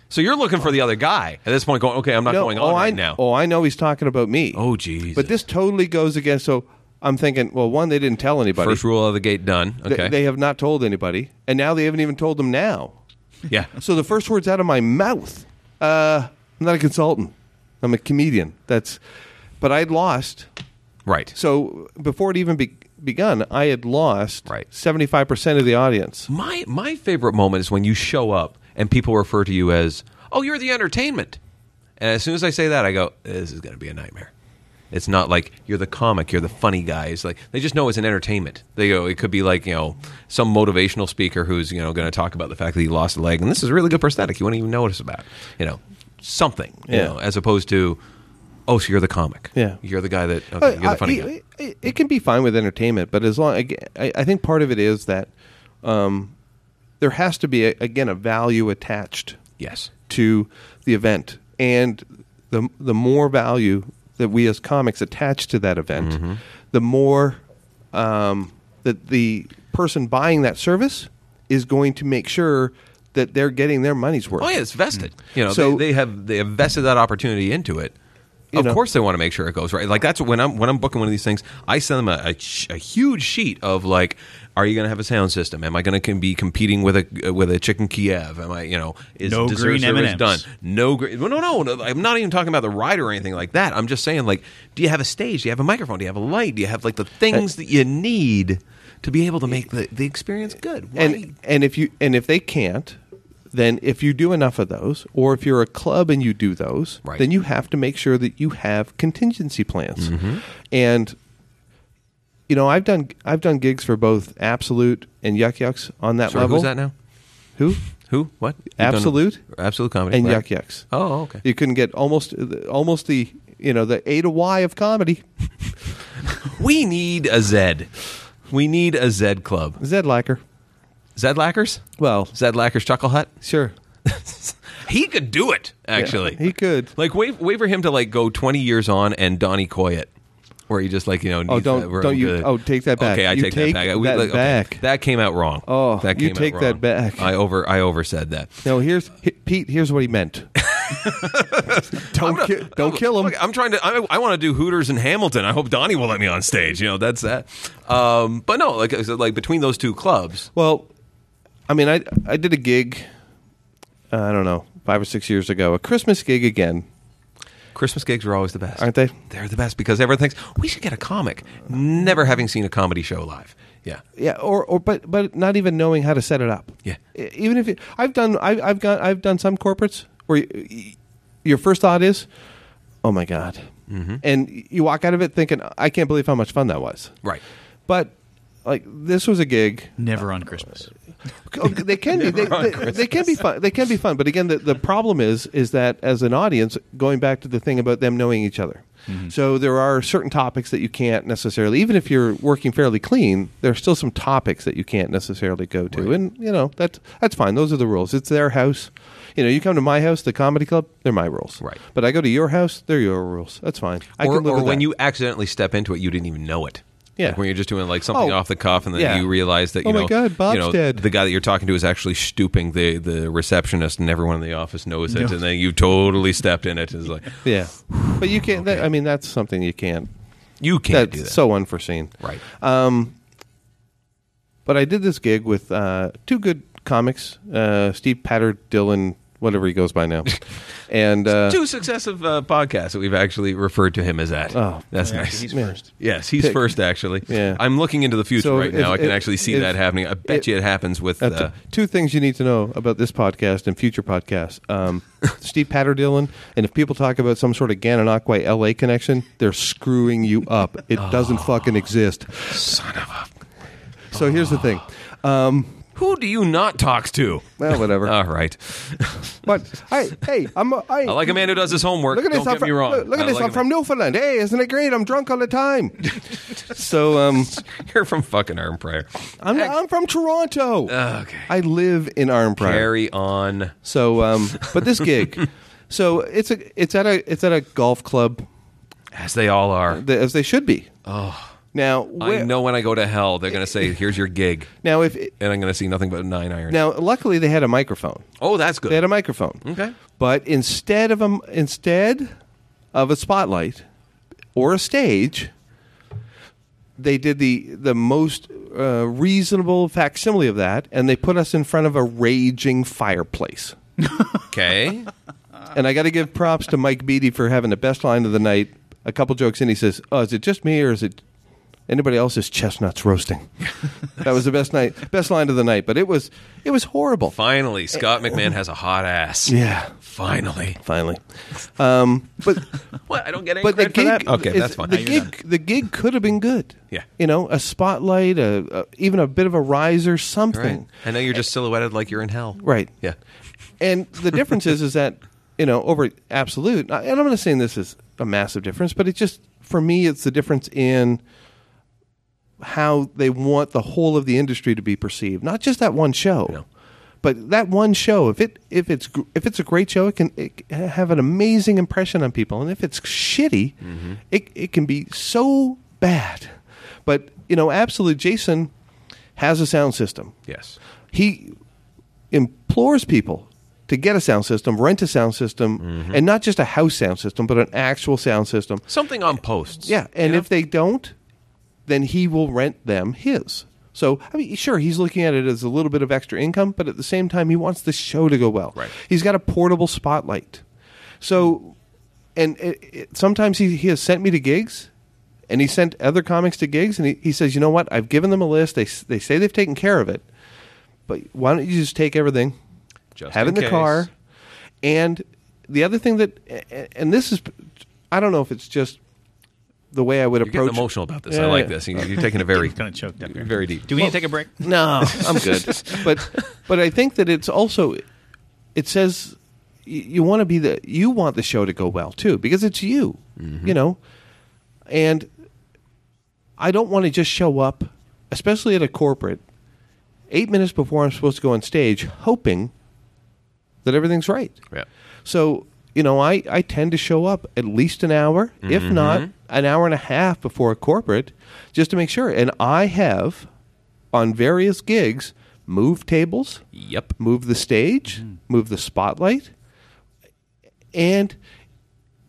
Speaker 1: So you're looking for the other guy at this point. Going okay, I'm not going on
Speaker 3: oh,
Speaker 1: right
Speaker 3: I,
Speaker 1: now.
Speaker 3: Oh, I know he's talking about me.
Speaker 1: Oh, Jesus.
Speaker 3: But this totally goes against. So I'm thinking, well, one, they didn't tell anybody.
Speaker 1: First rule out of the gate done.
Speaker 3: They-
Speaker 1: Okay.
Speaker 3: they, have not told anybody, and now they haven't even told them now.
Speaker 1: yeah.
Speaker 3: So the first words out of my mouth. Uh, I'm not a consultant. I'm a comedian. That's, but I'd lost.
Speaker 1: Right.
Speaker 3: So before it even be, begun, I had lost
Speaker 1: Right.
Speaker 3: 75 percent of the audience.
Speaker 1: My my favorite moment is when you show up and people refer to you as, "Oh, you're the entertainment." And as soon as I say that, I go, "This is going to be a nightmare." It's not like you're the comic, you're the funny guy. It's like they just know it's an entertainment. They go, it could be like you know some motivational speaker who's you know going to talk about the fact that he lost a leg and this is a really good prosthetic. You wouldn't even notice about you know something. You
Speaker 3: Yeah.
Speaker 1: know, as opposed to oh, so you're the comic.
Speaker 3: Yeah.
Speaker 1: you're the guy that okay, you're the funny
Speaker 3: I-
Speaker 1: guy.
Speaker 3: e it, it- it can be fine with entertainment, but as long I, I think part of it is that um, there has to be a, again a value attached
Speaker 1: Yes.
Speaker 3: to the event, and the the more value that we as comics attach to that event,
Speaker 1: Mm-hmm.
Speaker 3: the more um, that the person buying that service is going to make sure that they're getting their money's worth.
Speaker 1: Oh yeah, it's vested. You know,
Speaker 3: Mm. So-
Speaker 1: they, they have they have vested that opportunity into it.
Speaker 3: You
Speaker 1: Of
Speaker 3: know.
Speaker 1: course, they want to make sure it goes right. Like that's when I'm when I'm booking one of these things, I send them a, a, sh- a huge sheet of like, are you going to have a sound system? Am I going to can be competing with a with a chicken Kiev? Am I you know is
Speaker 2: No
Speaker 1: dessert
Speaker 2: green
Speaker 1: service
Speaker 2: M&Ms.
Speaker 1: done? No, gr- well, no, no, no. I'm not even talking about the ride or anything like that. I'm just saying like, do you have a stage? Do you have a microphone? Do you have a light? Do you have like the things
Speaker 3: Uh,
Speaker 1: that you need to be able to make the, the experience good? Why-
Speaker 3: and and if you and if they can't then if you do enough of those or if you're a club and you do those
Speaker 1: Right.
Speaker 3: then you have to make sure that you have contingency plans
Speaker 1: Mm-hmm.
Speaker 3: and you know i've done i've done gigs for both absolute and yuck yucks on that
Speaker 1: Sorry,
Speaker 3: level
Speaker 1: who's that now?
Speaker 3: who
Speaker 1: Who? What? You've done-
Speaker 3: Absolute
Speaker 1: Absolute comedy
Speaker 3: and
Speaker 1: right.
Speaker 3: yuck yucks
Speaker 1: Oh, okay.
Speaker 3: you can get almost almost the you know the a to y of comedy
Speaker 1: We need a Zed. We need a Zed club.
Speaker 3: zed lacker
Speaker 1: Zed Lackers?
Speaker 3: well
Speaker 1: Zed Lackers Chuckle Hut?
Speaker 3: sure
Speaker 1: He could do it, actually.
Speaker 3: he could
Speaker 1: Like, wait, wait for him to, like, go 20 years on and Donnie Coy it. Where he just, like, you know...
Speaker 3: Oh,
Speaker 1: needs
Speaker 3: don't-
Speaker 1: that- where
Speaker 3: don't you-
Speaker 1: the-
Speaker 3: oh, take that back.
Speaker 1: Okay, I
Speaker 3: You
Speaker 1: take,
Speaker 3: take
Speaker 1: that back. I- we-
Speaker 3: that
Speaker 1: like, okay.
Speaker 3: back.
Speaker 1: That came out wrong.
Speaker 3: Oh,
Speaker 1: that
Speaker 3: you
Speaker 1: came
Speaker 3: take
Speaker 1: out
Speaker 3: that
Speaker 1: wrong.
Speaker 3: back.
Speaker 1: I over I oversaid that.
Speaker 3: no here's he- pete here's what he meant don't
Speaker 1: I'm
Speaker 3: ki-
Speaker 1: gonna-
Speaker 3: don't
Speaker 1: I'm-
Speaker 3: kill him
Speaker 1: look, I'm trying to. I, I want to do Hooters and Hamilton. I hope Donnie will let me on stage. You know, that's that. Um, but no, like I said, like between those two clubs,
Speaker 3: Well, I mean, I I did a gig. Uh, I don't know, five or six years ago, a Christmas gig again,
Speaker 1: Christmas gigs are always the best,
Speaker 3: aren't they?
Speaker 1: They're the best because everyone thinks we should get a comic, never having seen a comedy show live. Yeah,
Speaker 3: Yeah, or or but but not even knowing how to set it up.
Speaker 1: Yeah.
Speaker 3: E- even if it, I've done, I've I've got I've done some corporates where y- y- your first thought is, oh my god,
Speaker 1: Mm-hmm.
Speaker 3: and you walk out of it thinking, I can't believe how much fun that was.
Speaker 1: right.
Speaker 3: But like this was a gig
Speaker 2: Never on Christmas.
Speaker 3: Oh, they can be. They, they, they can be fun. They can be fun. But again, the, the problem is is that as an audience, going back to the thing about them knowing each other.
Speaker 1: Mm-hmm.
Speaker 3: So there are certain topics that you can't necessarily, even if you're working fairly clean, there are still some topics that you can't necessarily go to. And you know that's that's fine. Those are the rules. It's their house. You know, you come to my house, the comedy club, they're my rules.
Speaker 1: Right.
Speaker 3: But I go to your house, they're your rules. That's fine. I
Speaker 1: or
Speaker 3: can live
Speaker 1: or
Speaker 3: with
Speaker 1: when
Speaker 3: that.
Speaker 1: you accidentally step into it, you didn't even know it.
Speaker 3: Yeah.
Speaker 1: Like when you're just doing like something
Speaker 3: Oh,
Speaker 1: off the cuff, and then
Speaker 3: yeah.
Speaker 1: you realize that you
Speaker 3: Oh my
Speaker 1: know,
Speaker 3: God, Bob's
Speaker 1: you know,
Speaker 3: dead.
Speaker 1: the guy that you're talking to is actually stooping the the receptionist, and everyone in the office knows it,
Speaker 2: No.
Speaker 1: and then you totally stepped in it. It's like
Speaker 3: yeah. But you can't. That, I mean, that's something you can't.
Speaker 1: you can't
Speaker 3: That's
Speaker 1: do that.
Speaker 3: so uh, unforeseen.
Speaker 1: right.
Speaker 3: But I did this gig with uh, two good comics, uh, Steve Patter Dillon, whatever he goes by now, and uh,
Speaker 1: Two successive uh, podcasts that we've actually referred to him as that.
Speaker 3: Oh,
Speaker 1: that's
Speaker 2: Yeah,
Speaker 1: nice.
Speaker 2: He's
Speaker 3: Man.
Speaker 2: first.
Speaker 1: Yes, he's
Speaker 3: Pick.
Speaker 1: first actually.
Speaker 3: Yeah.
Speaker 1: I'm looking into the future
Speaker 3: So
Speaker 1: right
Speaker 3: if-
Speaker 1: now. I can
Speaker 3: if-
Speaker 1: actually see
Speaker 3: if-
Speaker 1: that happening. I bet
Speaker 3: if-
Speaker 1: you it happens with.
Speaker 3: uh, t-
Speaker 1: Uh,
Speaker 3: two things you need to know about this podcast and future podcasts. Um, Steve Patter Dillon, and if people talk about some sort of Gananoque LA connection, they're screwing you up. It doesn't fucking exist.
Speaker 1: son of a.
Speaker 3: So here's the thing. Um,
Speaker 1: Who do you not talk to?
Speaker 3: well, whatever.
Speaker 1: All right.
Speaker 3: but I, hey, I'm a, I,
Speaker 1: I like a man who does his homework.
Speaker 3: Look at
Speaker 1: Don't
Speaker 3: this! I'm
Speaker 1: get
Speaker 3: from,
Speaker 1: me wrong.
Speaker 3: Look, look at
Speaker 1: I
Speaker 3: this!
Speaker 1: like
Speaker 3: I'm
Speaker 1: a
Speaker 3: from Newfoundland. Hey, isn't it great? I'm drunk all the time. so um,
Speaker 1: man- You're from fucking Arm Prayer.
Speaker 3: I'm, I'm from Toronto.
Speaker 1: Okay.
Speaker 3: I live in Iron Prime.
Speaker 1: Carry on.
Speaker 3: So, um, but this gig, so it's a it's at a it's at a golf club
Speaker 1: As they all are.
Speaker 3: that, as they should be. Oh, now where,
Speaker 1: I know when I go to hell, they're going to say, here's your gig.
Speaker 3: Now if
Speaker 1: And I'm going to see nothing but nine irons.
Speaker 3: now, luckily they had a microphone.
Speaker 1: oh, that's good.
Speaker 3: They had a microphone.
Speaker 1: Okay.
Speaker 3: But instead of a instead of a spotlight or a stage, they did the the most uh, reasonable facsimile of that, and they put us in front of a raging fireplace.
Speaker 1: okay.
Speaker 3: And I got to give props to Mike Beatty for having the best line of the night. A couple jokes in, he says, "Oh, is it just me or is it Anybody else's chestnuts roasting. that was the best night, best line of the night. But it was it was horrible.
Speaker 1: Finally, Scott McMahon has a hot ass.
Speaker 3: Eh, Yeah,
Speaker 1: Finally.
Speaker 3: finally. Um, but
Speaker 1: What? I don't get any
Speaker 3: but the
Speaker 1: credit
Speaker 3: gig,
Speaker 1: for that? Okay,
Speaker 3: is-
Speaker 1: that's fine.
Speaker 3: The gig, the gig could have been good.
Speaker 1: Yeah.
Speaker 3: you know, a spotlight, a, a even a bit of a riser, something.
Speaker 1: Right. I know you're just silhouetted like you're in hell.
Speaker 3: Right.
Speaker 1: Yeah.
Speaker 3: And the difference is, is that you know, over at absolute, and I'm not saying this is a massive difference, but it just for me, it's the difference in how they want the whole of the industry to be perceived, not just that one show.
Speaker 1: Yeah.
Speaker 3: But that one show, if it if it's gr- if it's a great show, it can it can have an amazing impression on people, and if it's shitty, it it can be so bad. But you know, absolute Jason has a sound system
Speaker 1: Yes.
Speaker 3: he implores people to get a sound system, rent a sound system, and not just a house sound system, but an actual sound system.
Speaker 1: Something on posts.
Speaker 3: Yeah, and
Speaker 1: you
Speaker 3: if they don't, then he will rent them his. So, I mean, sure, he's looking at it as a little bit of extra income, but at the same time, he wants the show to go well.
Speaker 1: Right.
Speaker 3: He's got a portable spotlight. So, and it, it, sometimes he, he has sent me to gigs, and he sent other comics to gigs, and he, he says, you know what? I've given them a list. They, s- they say they've taken care of it, but why don't you just take everything,
Speaker 1: Just
Speaker 3: have it
Speaker 1: in
Speaker 3: in the
Speaker 1: case.
Speaker 3: car, and the other thing that, and this is, I don't know if it's just the way I would
Speaker 1: You're
Speaker 3: approach.
Speaker 1: getting emotional about this. I
Speaker 3: Yeah,
Speaker 1: like
Speaker 3: yeah.
Speaker 1: this. You- You're taking a very,
Speaker 2: Kind of choked up. Here.
Speaker 1: very deep.
Speaker 2: Do we need to take a break?
Speaker 3: No, I'm good. but but I think that it's also it says you, you want to be the you want the show to go well too because it's you,
Speaker 1: Mm-hmm.
Speaker 3: you know, and I don't want to just show up, especially at a corporate, eight minutes before I'm supposed to go on stage, hoping that everything's right.
Speaker 1: Yeah.
Speaker 3: So, you know, I, I tend to show up at least an hour, if not an hour and a half before a corporate, just to make sure. And I have, on various gigs, moved tables,
Speaker 1: Yep.
Speaker 3: moved the stage, moved the spotlight, and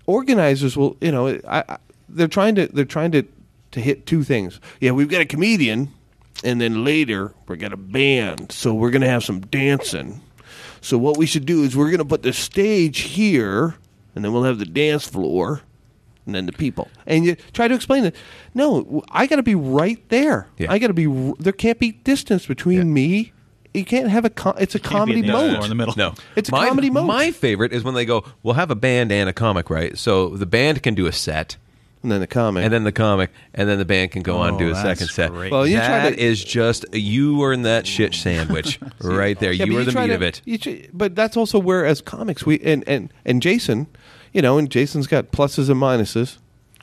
Speaker 3: organizers will, you know, I, I, they're trying to they're trying to to hit two things. Yeah, we've got a comedian, and then later we're got a band, so we're gonna have some dancing. So what we should do is we're gonna put the stage here, and then we'll have the dance floor, and then the people. And you try to explain it. No, w- I got to be right there.
Speaker 1: Yeah.
Speaker 3: I got to be. r- There can't be distance between
Speaker 1: Yeah.
Speaker 3: me. You can't have a. Com- it's a comedy
Speaker 2: dance
Speaker 3: mode.
Speaker 2: floor in the middle.
Speaker 1: No,
Speaker 3: It's a
Speaker 1: my,
Speaker 3: comedy mode.
Speaker 1: My favorite is when they go, "We'll have a band and a comic, right?" So the band can do a set,
Speaker 3: And then the comic.
Speaker 1: and then the comic, and then the band can go on
Speaker 3: Oh,
Speaker 1: and do a
Speaker 2: that's
Speaker 1: second set.
Speaker 2: great.
Speaker 3: Well, you try
Speaker 1: That
Speaker 3: to-
Speaker 1: is just you are in that shit sandwich right there.
Speaker 3: Yeah,
Speaker 1: you
Speaker 3: but
Speaker 1: are the
Speaker 3: try
Speaker 1: meat
Speaker 3: to-
Speaker 1: of it.
Speaker 3: you tr- but that's also where, as comics, we and and and Jason, you know, and Jason's got pluses and minuses.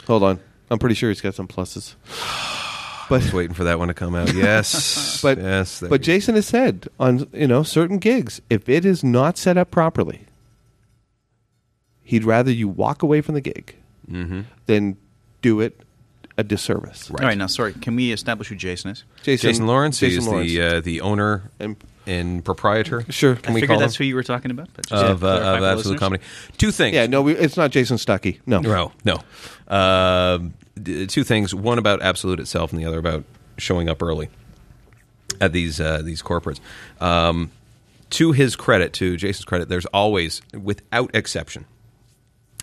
Speaker 3: Hold on, I'm pretty sure he's got some pluses. But
Speaker 1: Just waiting for that one to come out. Yes,
Speaker 3: but
Speaker 1: yes, there
Speaker 3: but
Speaker 1: you-
Speaker 3: Jason has said on you know certain gigs, if it is not set up properly, he'd rather you walk away from the gig than do it a disservice.
Speaker 1: Mm-hmm. Right.
Speaker 2: All right, now, sorry. Can we establish who Jason is?
Speaker 1: Jason, Lawrence
Speaker 3: Jason
Speaker 1: is
Speaker 3: Lawrence.
Speaker 1: the uh, the owner and,
Speaker 3: And-
Speaker 1: proprietor.
Speaker 3: Sure.
Speaker 1: can
Speaker 2: I
Speaker 1: we
Speaker 2: figured
Speaker 1: call
Speaker 2: that's
Speaker 1: him?
Speaker 2: who you were talking about. But just to
Speaker 1: of, uh,
Speaker 2: clarify
Speaker 1: of
Speaker 2: for
Speaker 1: absolute
Speaker 2: listeners.
Speaker 1: comedy. Two things.
Speaker 3: yeah, no, we, it's not Jason Stuckey. No,
Speaker 1: No, no. Um, d two things: one about absolute itself, and the other about showing up early at these uh, these corporates. Um, to his credit, to Jason's credit, there's always, without exception,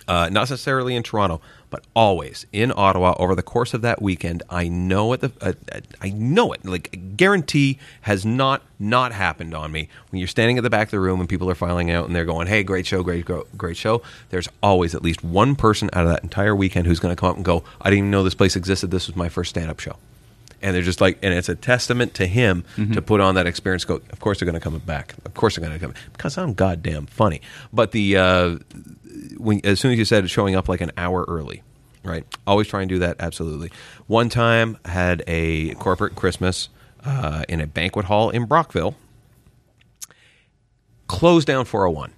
Speaker 1: uh, not necessarily in Toronto, but always in Ottawa over the course of that weekend. I know it. The, uh, uh, I know it. Like a guarantee has not not happened on me. When you're standing at the back of the room and people are filing out and they're going, "Hey, great show, great gro- great show." There's always at least one person out of that entire weekend who's going to come up and go, "I didn't even know this place existed. This was my first stand up show." and they're just like and it's a testament to him to put on that experience go of course they're going to come back of course they're going to come because i'm goddamn funny but the uh, when as soon as you said showing up like an hour early right always try and do that absolutely one time I had a corporate christmas uh, in a banquet hall in brockville closed down 401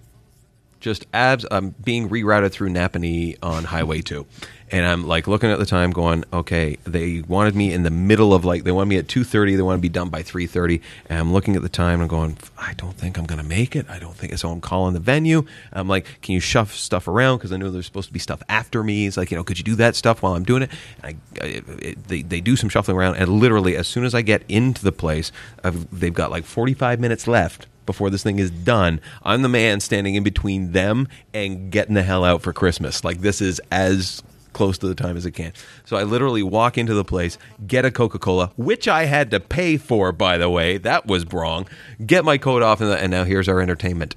Speaker 1: just abs. I'm being rerouted through Napanee on Highway Two, and I'm like looking at the time, going, okay, they wanted me in the middle of like they wanted me at two thirty, they wanted to be done by three thirty, and I'm looking at the time, and I'm going, I don't think I'm gonna make it. I don't think so. I'm calling the venue. I'm like, can you shove stuff around because I know there's supposed to be stuff after me. He's like, you know, could you do that stuff while I'm doing it? And I, I, it they they do some shuffling around, and literally as soon as I get into the place, I've, they've got like 45 minutes left before this thing is done. I'm the man standing in between them and getting the hell out for Christmas. Like this is as close to the time as it can. So I literally walk into the place, get a Coca Cola, which I had to pay for, by the way. That was wrong. Get my coat off, and, and now here's our entertainment.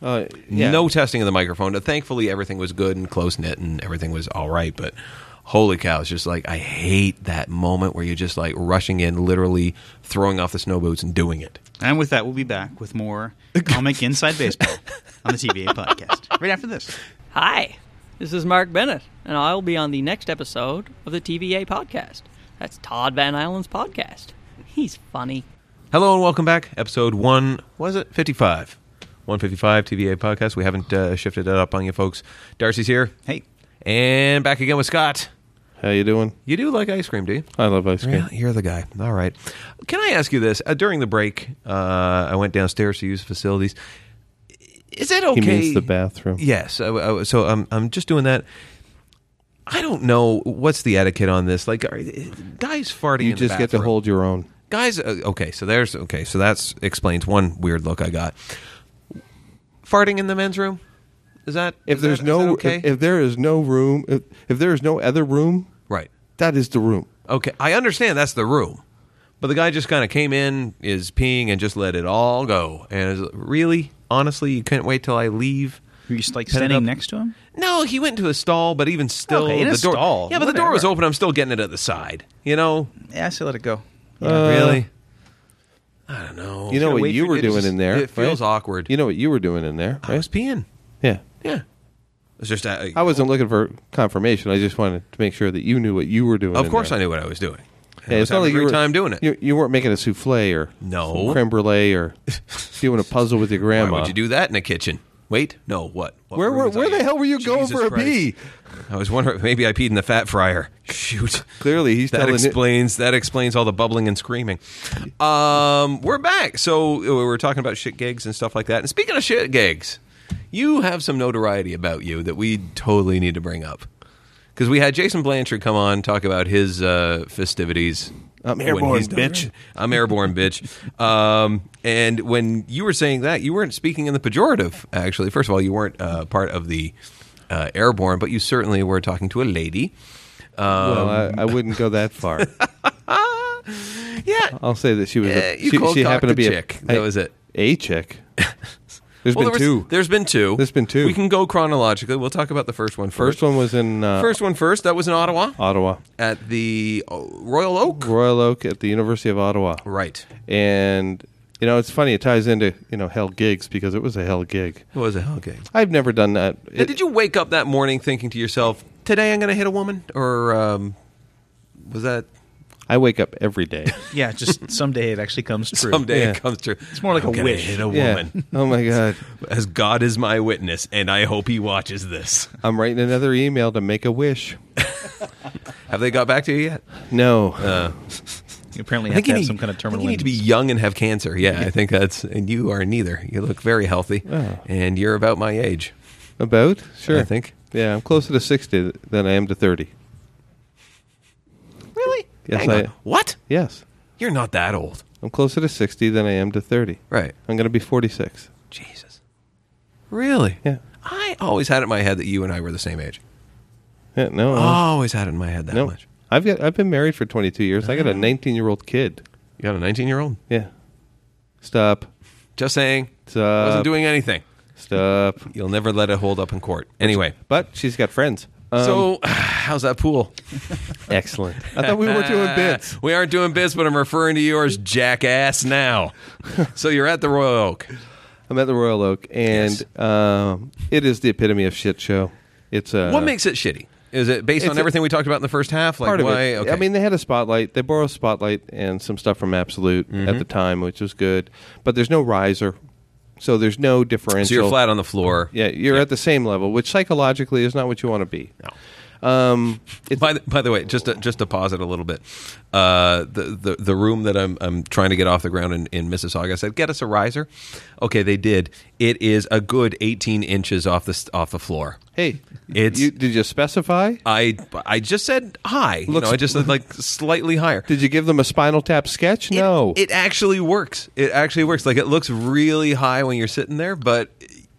Speaker 3: Uh, yeah.
Speaker 1: No testing of the microphone. Thankfully, everything was good and close knit, and everything was all right. But holy cow, it's just like I hate that moment where you're just like rushing in, literally throwing off the snow boots and doing it.
Speaker 2: And with that, we'll be back with more comic inside baseball on the TBA podcast right after this.
Speaker 4: Hi, this is Mark Bennett, and I'll be on the next episode of the TVA podcast. That's Todd Van Allen's podcast. He's funny.
Speaker 1: Hello and welcome back. Episode one was it fifty five. 155 TVA podcast. We haven't uh, shifted it up on you folks. Darcy's here
Speaker 2: Hey,
Speaker 1: and back again with Scott.
Speaker 3: How you doing?
Speaker 1: You do like ice cream, do you?
Speaker 3: I love ice cream.
Speaker 1: Yeah, you're the guy. All right. Can I ask you this? Uh, during the break, uh, I went downstairs to use facilities. Is it okay?
Speaker 3: He means the bathroom.
Speaker 1: Yes. I- I- so I'm I'm just doing that. I don't know what's the etiquette on this. Like, are, guys farting.
Speaker 3: You
Speaker 1: in the
Speaker 3: just get to
Speaker 1: bathroom.
Speaker 3: hold your own.
Speaker 1: guys. Uh, okay, so there's okay, so that's explains one weird look I got. Farting in the men's room. Is that
Speaker 3: If
Speaker 1: is
Speaker 3: there's
Speaker 1: that- is
Speaker 3: no,
Speaker 1: that
Speaker 3: if-
Speaker 1: okay?
Speaker 3: if, there is no room, if, if there is no other room,
Speaker 1: right.
Speaker 3: that is the room.
Speaker 1: Okay, I understand that's the room, but the guy just kind of came in, is peeing, and just let it all go. And is, really, honestly, you couldn't wait till I leave.
Speaker 2: were you just like
Speaker 1: Pet it up.
Speaker 2: standing next to him?
Speaker 1: No, he went into a stall, but even still,
Speaker 2: Okay, in
Speaker 1: the
Speaker 2: a
Speaker 1: door.
Speaker 2: stall,
Speaker 1: Yeah, but the door was
Speaker 2: whatever.
Speaker 1: open. I'm still getting it at the side. You know,
Speaker 2: Yeah, I say let it go.
Speaker 3: Uh,
Speaker 1: really. I don't know.
Speaker 3: You know
Speaker 2: Gotta
Speaker 3: what
Speaker 2: wait
Speaker 3: you
Speaker 2: for
Speaker 3: were
Speaker 2: it to
Speaker 3: doing
Speaker 2: s-
Speaker 3: in there.
Speaker 1: it feels
Speaker 3: right?
Speaker 1: awkward.
Speaker 3: You know what you were doing in there,
Speaker 1: I
Speaker 3: right?
Speaker 1: was peeing.
Speaker 3: yeah.
Speaker 1: Yeah, it's just uh, I,
Speaker 3: I wasn't looking for confirmation. I just wanted to make sure that you knew what you were doing.
Speaker 1: Of course, I knew what I was doing. And I was
Speaker 3: it's not
Speaker 1: having
Speaker 3: like
Speaker 1: a
Speaker 3: you
Speaker 1: great
Speaker 3: were
Speaker 1: time doing it.
Speaker 3: You, you weren't making a souffle or
Speaker 1: No.
Speaker 3: some creme brulee or doing a puzzle with your
Speaker 1: Why
Speaker 3: grandma.
Speaker 1: would you do that in a kitchen? Wait, no, what? What
Speaker 3: Where
Speaker 1: room
Speaker 3: were-
Speaker 1: was I
Speaker 3: where the
Speaker 1: in?
Speaker 3: hell were you going
Speaker 1: Jesus
Speaker 3: for a
Speaker 1: Christ.
Speaker 3: pee?
Speaker 1: I was wondering. Maybe I peed in the fat fryer. Shoot.
Speaker 3: Clearly, he's
Speaker 1: That
Speaker 3: telling it-
Speaker 1: explains that explains all the bubbling and screaming. Um, we're back. So we were talking about shit gigs and stuff like that. And speaking of shit gigs, you have some notoriety about you that we totally need to bring up because we had Jason Blanchard come on talk about his uh, festivities.
Speaker 3: I'm
Speaker 1: when
Speaker 3: airborne,
Speaker 1: he's done-
Speaker 3: bitch.
Speaker 1: I'm airborne, bitch. Um, and when you were saying that, you weren't speaking in the pejorative. Actually, first of all, you weren't uh, part of the uh, airborne, but you certainly were talking to a lady.
Speaker 3: well, I, I wouldn't go that far.
Speaker 1: Yeah,
Speaker 3: I'll say that she was.
Speaker 1: Yeah,
Speaker 3: a,
Speaker 1: you
Speaker 3: she,
Speaker 1: cold
Speaker 3: she happened to
Speaker 1: cocked
Speaker 3: be
Speaker 1: a
Speaker 3: a
Speaker 1: chick. That was it.
Speaker 3: A chick. There's
Speaker 1: Well,
Speaker 3: been
Speaker 1: there was-
Speaker 3: two.
Speaker 1: There's been two.
Speaker 3: There's been two.
Speaker 1: We can go chronologically. We'll talk about the first one first.
Speaker 3: First one was in uh,
Speaker 1: First one first. That was in Ottawa
Speaker 3: Ottawa,
Speaker 1: at the uh, Royal Oak.
Speaker 3: Royal Oak at the University of Ottawa,
Speaker 1: Right.
Speaker 3: and you know it's funny. It ties into you know hell gigs because it was a hell gig.
Speaker 1: It was a hell game.
Speaker 3: I've never done that.
Speaker 1: Now,
Speaker 3: It-
Speaker 1: did you wake up that morning thinking to yourself, "Today I'm going to hit a woman," or um, was that
Speaker 3: I wake up every day.
Speaker 2: Yeah, just someday it actually comes true.
Speaker 1: someday
Speaker 3: Yeah.
Speaker 1: it comes true? It's
Speaker 2: more like
Speaker 1: I'm
Speaker 2: a
Speaker 1: gonna
Speaker 2: wish.
Speaker 1: Hit a
Speaker 3: Yeah.
Speaker 1: woman.
Speaker 3: Oh my god.
Speaker 1: As God is my witness, and I hope He watches this.
Speaker 3: I'm writing another email to make a wish.
Speaker 1: Have they got back to you yet?
Speaker 3: No.
Speaker 1: Uh,
Speaker 2: You apparently
Speaker 1: I
Speaker 2: have
Speaker 1: think
Speaker 2: to
Speaker 1: you
Speaker 2: have
Speaker 1: need-
Speaker 2: some kind
Speaker 1: I
Speaker 2: of
Speaker 1: think
Speaker 2: terminal.
Speaker 1: you need to be
Speaker 2: illness.
Speaker 1: young and have cancer. Yeah, Oh. I think that's. And you are neither. You look very healthy, and you're about my age.
Speaker 3: About? Sure.
Speaker 1: I think.
Speaker 3: Yeah, I'm closer to 60 than I am to 30.
Speaker 1: Really?
Speaker 3: Yes,
Speaker 1: Hang
Speaker 3: I-
Speaker 1: on. What?
Speaker 3: Yes.
Speaker 1: You're not that old,
Speaker 3: I'm closer to 60 than I am to 30.
Speaker 1: right?
Speaker 3: I'm going to be 46.
Speaker 1: Jesus. Really?
Speaker 3: Yeah.
Speaker 1: I always had it in my head that you and I were the same age.
Speaker 3: Yeah, no.
Speaker 1: I always had it in my head Oh, that
Speaker 3: no.
Speaker 1: much. Ah.
Speaker 3: I've got I've been married for 22 years. I got a 19-year-old kid.
Speaker 1: You got a 19 year old?
Speaker 3: Yeah. Stop.
Speaker 1: Just saying.
Speaker 3: Stop.
Speaker 1: Wasn't doing anything.
Speaker 3: Stop.
Speaker 1: You'll never let it hold up in court. Anyway.
Speaker 3: But she's got friends. Um,
Speaker 1: so, how's that pool?
Speaker 3: excellent. I thought we were doing bits.
Speaker 1: We aren't doing bits, but I'm referring to yours, jackass, now. so, you're at the Royal Oak.
Speaker 3: I'm at the Royal Oak, and
Speaker 1: Yes.
Speaker 3: um, it is the epitome of shit show. It's uh,
Speaker 1: What makes it shitty? Is it based
Speaker 3: It's
Speaker 1: on
Speaker 3: a-
Speaker 1: everything we talked about in the first half? Like
Speaker 3: part
Speaker 1: why?
Speaker 3: of it.
Speaker 1: Okay.
Speaker 3: I mean, they had a spotlight. They borrowed spotlight and some stuff from Absolute
Speaker 1: Mm-hmm.
Speaker 3: at the time, which was good. But there's no riser, so there's no differential.
Speaker 1: so you're flat on the floor.
Speaker 3: Yeah, you're at the same level, which psychologically is not what you want to be. No. Um, it's,
Speaker 1: By the, by the way, just to, just to pause it a little bit, uh, the, the the room that I'm I'm trying to get off the ground in, in Mississauga I said, "Get us a riser." Okay, they did. It is a good 18 inches off the s- off the floor.
Speaker 3: hey,
Speaker 1: It's-
Speaker 3: you, did you specify?
Speaker 1: I I just said high. You
Speaker 3: Looks-
Speaker 1: know, I just said like slightly higher.
Speaker 3: Did you give them a Spinal Tap sketch?
Speaker 1: It-
Speaker 3: no.
Speaker 1: it actually works. It actually works. Like it looks really high when you're sitting there, but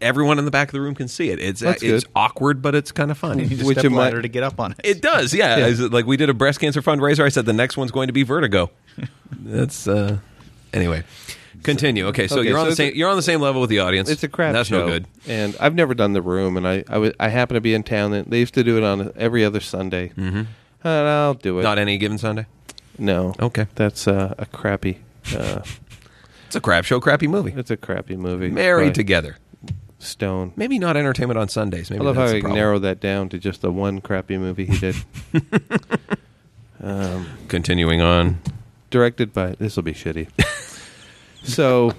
Speaker 1: everyone in the back of the room can see it. It's uh,
Speaker 3: That's
Speaker 1: it's
Speaker 3: good.
Speaker 1: awkward, but it's kind of fun.
Speaker 2: You need a
Speaker 3: Which
Speaker 2: step
Speaker 3: am I-
Speaker 2: ladder to get up on it.
Speaker 1: It does, yeah.
Speaker 3: Yeah.
Speaker 1: As- like we did a breast cancer fundraiser. I said the next one's going to be vertigo. That's uh anyway. Continue. Okay, so
Speaker 3: Okay,
Speaker 1: you're on
Speaker 3: so
Speaker 1: the
Speaker 3: it's
Speaker 1: same.
Speaker 3: a-
Speaker 1: You're on the same level with the audience.
Speaker 3: It's a crap
Speaker 1: That's
Speaker 3: show.
Speaker 1: no good.
Speaker 3: And I've never done the room, and I I wa- I happen to be in town. And they used to do it on every other Sunday, mm-hmm. and I'll do it.
Speaker 1: Not any given Sunday.
Speaker 3: no,
Speaker 1: Okay.
Speaker 3: that's uh, a crappy. Uh,
Speaker 1: It's a crap show, crappy movie.
Speaker 3: it's a crappy movie.
Speaker 1: Married
Speaker 3: by
Speaker 1: together.
Speaker 3: Stone.
Speaker 1: Maybe not entertainment on Sundays. Maybe
Speaker 3: I love how
Speaker 1: that's
Speaker 3: he
Speaker 1: the problem.
Speaker 3: narrowed that down to just the one crappy movie he did. um,
Speaker 1: Continuing on.
Speaker 3: directed by this will be shitty. so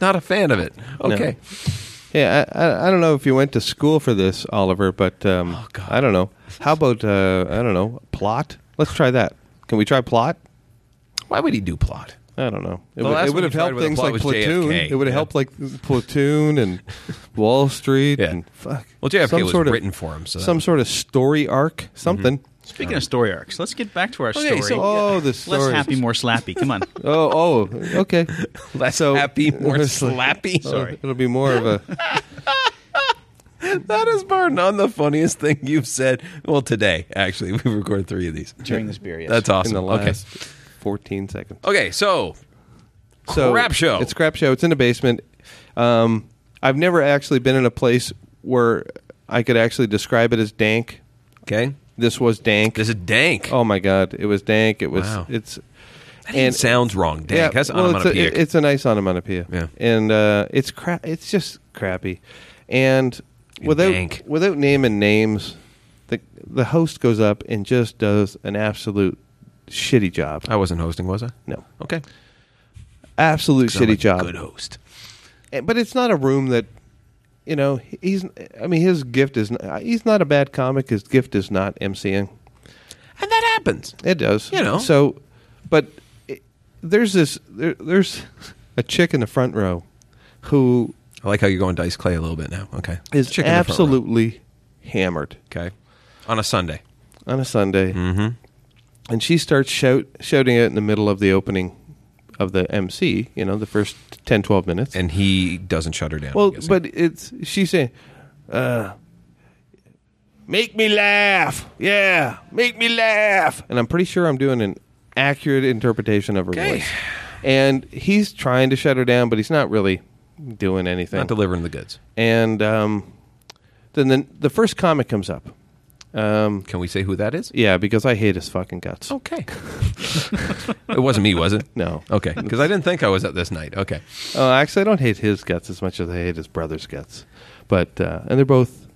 Speaker 1: Not a fan of it.
Speaker 3: No.
Speaker 1: Okay.
Speaker 3: yeah, I, I I don't know if you went to school for this, Oliver, but um,
Speaker 1: Oh, God.
Speaker 3: I don't know. How about uh, I don't know plot? Let's try that. Can we try plot?
Speaker 1: Why would he do plot?
Speaker 3: I don't know. It,
Speaker 1: The
Speaker 3: would-
Speaker 1: last
Speaker 3: it would
Speaker 1: one
Speaker 3: have
Speaker 1: we tried
Speaker 3: helped
Speaker 1: with a
Speaker 3: things
Speaker 1: plot
Speaker 3: like
Speaker 1: was
Speaker 3: platoon.
Speaker 1: JFK,
Speaker 3: It would have
Speaker 1: yeah.
Speaker 3: helped like platoon and Wall Street
Speaker 1: Yeah.
Speaker 3: and fuck.
Speaker 1: Well, JFK
Speaker 3: some
Speaker 1: was
Speaker 3: sort of,
Speaker 1: written for him. So that Mm-hmm.
Speaker 3: some
Speaker 1: was-
Speaker 3: sort of story arc, something.
Speaker 2: Speaking of story arcs, let's get back to our
Speaker 1: Okay,
Speaker 2: story.
Speaker 1: so-
Speaker 3: Oh, the
Speaker 2: Less
Speaker 3: story.
Speaker 2: happy, more slappy. Come on.
Speaker 3: Oh, oh, okay.
Speaker 1: less
Speaker 3: so-
Speaker 1: happy, more
Speaker 3: Less-
Speaker 1: slappy.
Speaker 3: Oh, it'll be more of a
Speaker 1: That is bar none the funniest thing you've said. Well, today actually, we've recorded three of these
Speaker 2: During this period.
Speaker 1: That's awesome.
Speaker 3: in the
Speaker 1: okay.
Speaker 3: last 14 seconds.
Speaker 1: Okay, so Crap show.
Speaker 3: It's crap show. It's in the basement. Um, I've never actually been in a place where I could actually describe it as dank.
Speaker 1: okay,
Speaker 3: This was dank.
Speaker 1: this is dank.
Speaker 3: oh my god, it was dank. It was
Speaker 1: Wow.
Speaker 3: it's
Speaker 1: that even
Speaker 3: and-
Speaker 1: sounds wrong. Dank. That's
Speaker 3: well, it's, a,
Speaker 1: onomatopoeic.
Speaker 3: it- it's a nice onomatopoeia.
Speaker 1: Yeah.
Speaker 3: and uh, it's crap. It's just crappy. And
Speaker 1: You
Speaker 3: without
Speaker 1: dank.
Speaker 3: without naming names, the the host goes up and just does an absolute shitty job.
Speaker 1: I wasn't hosting, was I?
Speaker 3: No,
Speaker 1: Okay,
Speaker 3: absolute
Speaker 1: I'm a
Speaker 3: shitty job.
Speaker 1: Good host.
Speaker 3: And- Eh, but it's not a room that you know he- he's i mean his gift is n- he's not a bad comic his gift is not mc'ing
Speaker 1: And that happens.
Speaker 3: it does
Speaker 1: You know.
Speaker 3: so but it, there's this there, there's a chick in the front row who
Speaker 1: I like how you're going dice clay a little bit now. Okay,
Speaker 3: is
Speaker 1: Chick in the front row.
Speaker 3: absolutely hammered
Speaker 1: okay on a Sunday.
Speaker 3: on a sunday
Speaker 1: Mm-hmm.
Speaker 3: and she starts shout, shouting it in the middle of the opening of the mc you know the first 10 12 minutes
Speaker 1: And he doesn't shut her down. I'm
Speaker 3: Well,
Speaker 1: guessing.
Speaker 3: but it's she's saying, uh, "Make me laugh, yeah, make me laugh," and I'm pretty sure I'm doing an accurate interpretation of her
Speaker 1: Okay.
Speaker 3: voice. And he's trying to shut her down, but he's not really doing anything.
Speaker 1: not delivering the goods.
Speaker 3: and um, then the, the first comic comes up. Um,
Speaker 1: Can we say who that is?
Speaker 3: yeah, because I hate his fucking guts.
Speaker 1: Okay. it wasn't me, was it?
Speaker 3: No,
Speaker 1: Okay, because I didn't think I was at this night. Okay.
Speaker 3: Uh, actually, I don't hate his guts as much as I hate his brother's guts, but uh, and they're both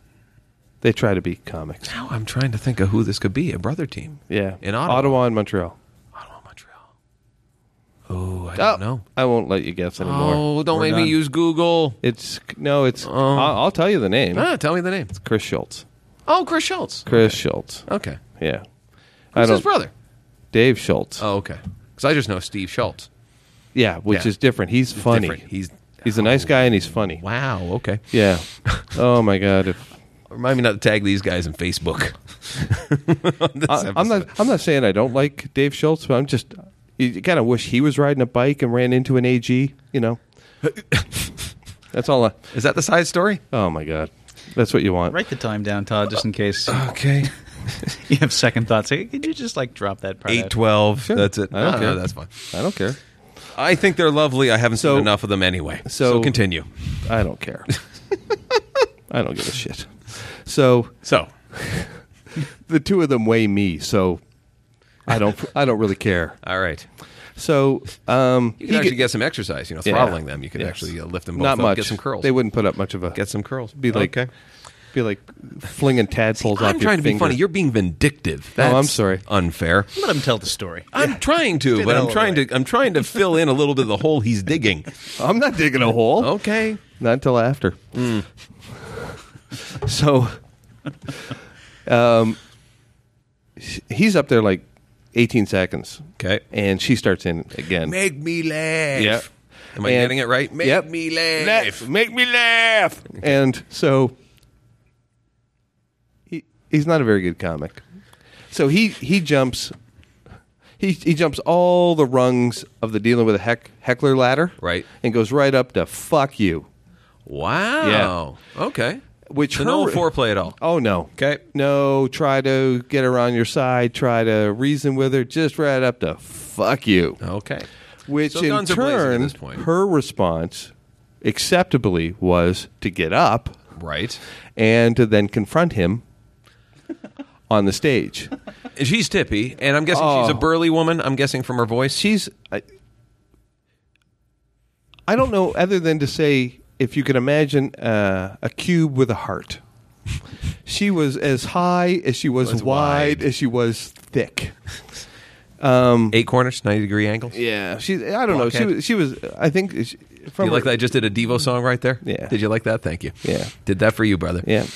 Speaker 3: they try to be comics.
Speaker 1: Now I'm trying to think of who this could be. A brother team.
Speaker 3: Yeah.
Speaker 1: In Ottawa.
Speaker 3: and Montreal.
Speaker 1: Ottawa, Montreal. Oh, I don't know.
Speaker 3: I won't let you guess anymore.
Speaker 1: Oh, don't
Speaker 2: We're
Speaker 1: make
Speaker 2: done.
Speaker 1: me use Google.
Speaker 3: It's no, it's I'll, I'll tell you the name.
Speaker 1: Ah, tell me the name.
Speaker 3: Chris Schultz.
Speaker 1: Oh, Chris Schultz.
Speaker 3: Chris Schultz.
Speaker 1: Okay.
Speaker 3: Yeah.
Speaker 1: Who's his brother?
Speaker 3: Dave Schultz.
Speaker 1: Oh, okay. Because I just know Steve Schultz.
Speaker 3: yeah, which
Speaker 1: yeah.
Speaker 3: is different. He's funny.
Speaker 1: Different. He's Oh,
Speaker 3: He's a nice guy and he's funny.
Speaker 1: Wow. Okay.
Speaker 3: Yeah. oh my god. If,
Speaker 1: Remind me not to tag these guys in Facebook. On this
Speaker 3: I, I'm
Speaker 1: episode.
Speaker 3: not I'm not saying I don't like Dave Schultz, but I'm just you kind of wish he was riding a bike and ran into an AG, you know. That's all I
Speaker 1: Is that the side story?
Speaker 3: Oh my god. That's what you want.
Speaker 2: Write the time down, Todd, just in case
Speaker 1: Okay.
Speaker 2: you have second thoughts. Hey, Could you just like drop that part?
Speaker 1: Eight
Speaker 2: out?
Speaker 1: twelve. That's it.
Speaker 3: I don't
Speaker 1: No,
Speaker 3: care.
Speaker 1: no, that's fine.
Speaker 3: I don't care.
Speaker 1: I think they're lovely. I haven't
Speaker 3: So-
Speaker 1: seen enough of them anyway.
Speaker 3: so-
Speaker 1: so continue.
Speaker 3: I don't care. I don't give a shit. So
Speaker 1: So
Speaker 3: the two of them weigh me, so I don't I don't really care.
Speaker 1: all right.
Speaker 3: So um
Speaker 1: You could
Speaker 3: he
Speaker 1: actually
Speaker 3: get-
Speaker 1: get, some exercise. You know,
Speaker 3: Yeah.
Speaker 1: throttling them. You could
Speaker 3: Yes.
Speaker 1: actually uh, lift them both
Speaker 3: Not
Speaker 1: up,
Speaker 3: much.
Speaker 1: get some curls.
Speaker 3: They wouldn't put up much of a
Speaker 1: get some curls.
Speaker 3: be like
Speaker 1: okay.
Speaker 3: be like flinging tadpoles off
Speaker 1: I'm
Speaker 3: your
Speaker 1: trying to be
Speaker 3: finger.
Speaker 1: funny. You're being vindictive.
Speaker 3: Oh, I'm
Speaker 1: That's
Speaker 3: sorry.
Speaker 1: Unfair.
Speaker 2: Let him tell the story.
Speaker 1: I'm trying to,
Speaker 2: Stay
Speaker 1: but
Speaker 2: the
Speaker 1: I'm
Speaker 2: hell
Speaker 1: trying
Speaker 2: away.
Speaker 1: to. I'm trying to fill in a little bit of the hole he's digging.
Speaker 3: I'm not digging a hole.
Speaker 1: Okay.
Speaker 3: Not until after.
Speaker 1: Hmm.
Speaker 3: so, um, sh- he's up there like 18 seconds,
Speaker 1: Okay.
Speaker 3: and she starts in again.
Speaker 1: Make me laugh.
Speaker 3: Yeah.
Speaker 1: Am I
Speaker 3: And-
Speaker 1: getting it right? Make
Speaker 3: Yep.
Speaker 1: me laugh.
Speaker 3: Laugh. Make me laugh. And so, he he's not a very good comic. So he he jumps. He, he jumps all the rungs of the dealing with a heck, heckler ladder,
Speaker 1: Right.
Speaker 3: And goes right up to fuck you.
Speaker 1: Wow. Okay.
Speaker 3: Which
Speaker 1: so no
Speaker 3: her-
Speaker 1: foreplay at all.
Speaker 3: Oh no.
Speaker 1: Okay.
Speaker 3: No, try to get her on your side, try to reason with her, just right up to fuck you.
Speaker 1: Okay.
Speaker 3: Which
Speaker 1: Uh, So
Speaker 3: in
Speaker 1: guns are blazing at
Speaker 3: turn,
Speaker 1: this point.
Speaker 3: her response acceptably was to get up
Speaker 1: Right.
Speaker 3: and to then confront him on the stage.
Speaker 1: And she's tippy, and I'm guessing she's
Speaker 3: Oh.
Speaker 1: a burly woman. I'm guessing from her voice.
Speaker 3: She's I, I don't know other than to say if you can imagine uh, a cube with a heart. She was as high as she was,
Speaker 1: Was
Speaker 3: wide,
Speaker 1: wide.
Speaker 3: as she was thick.
Speaker 1: eight corners, 90 degree angles.
Speaker 3: Yeah, she. I don't know. She
Speaker 1: Blockhead.
Speaker 3: was. She was. I think. She,
Speaker 1: Do
Speaker 3: from
Speaker 1: you like
Speaker 3: her-
Speaker 1: that? I just did a Devo song right there.
Speaker 3: Yeah.
Speaker 1: Did you like that? Thank you.
Speaker 3: Yeah.
Speaker 1: Did that for you, brother.
Speaker 3: Yeah,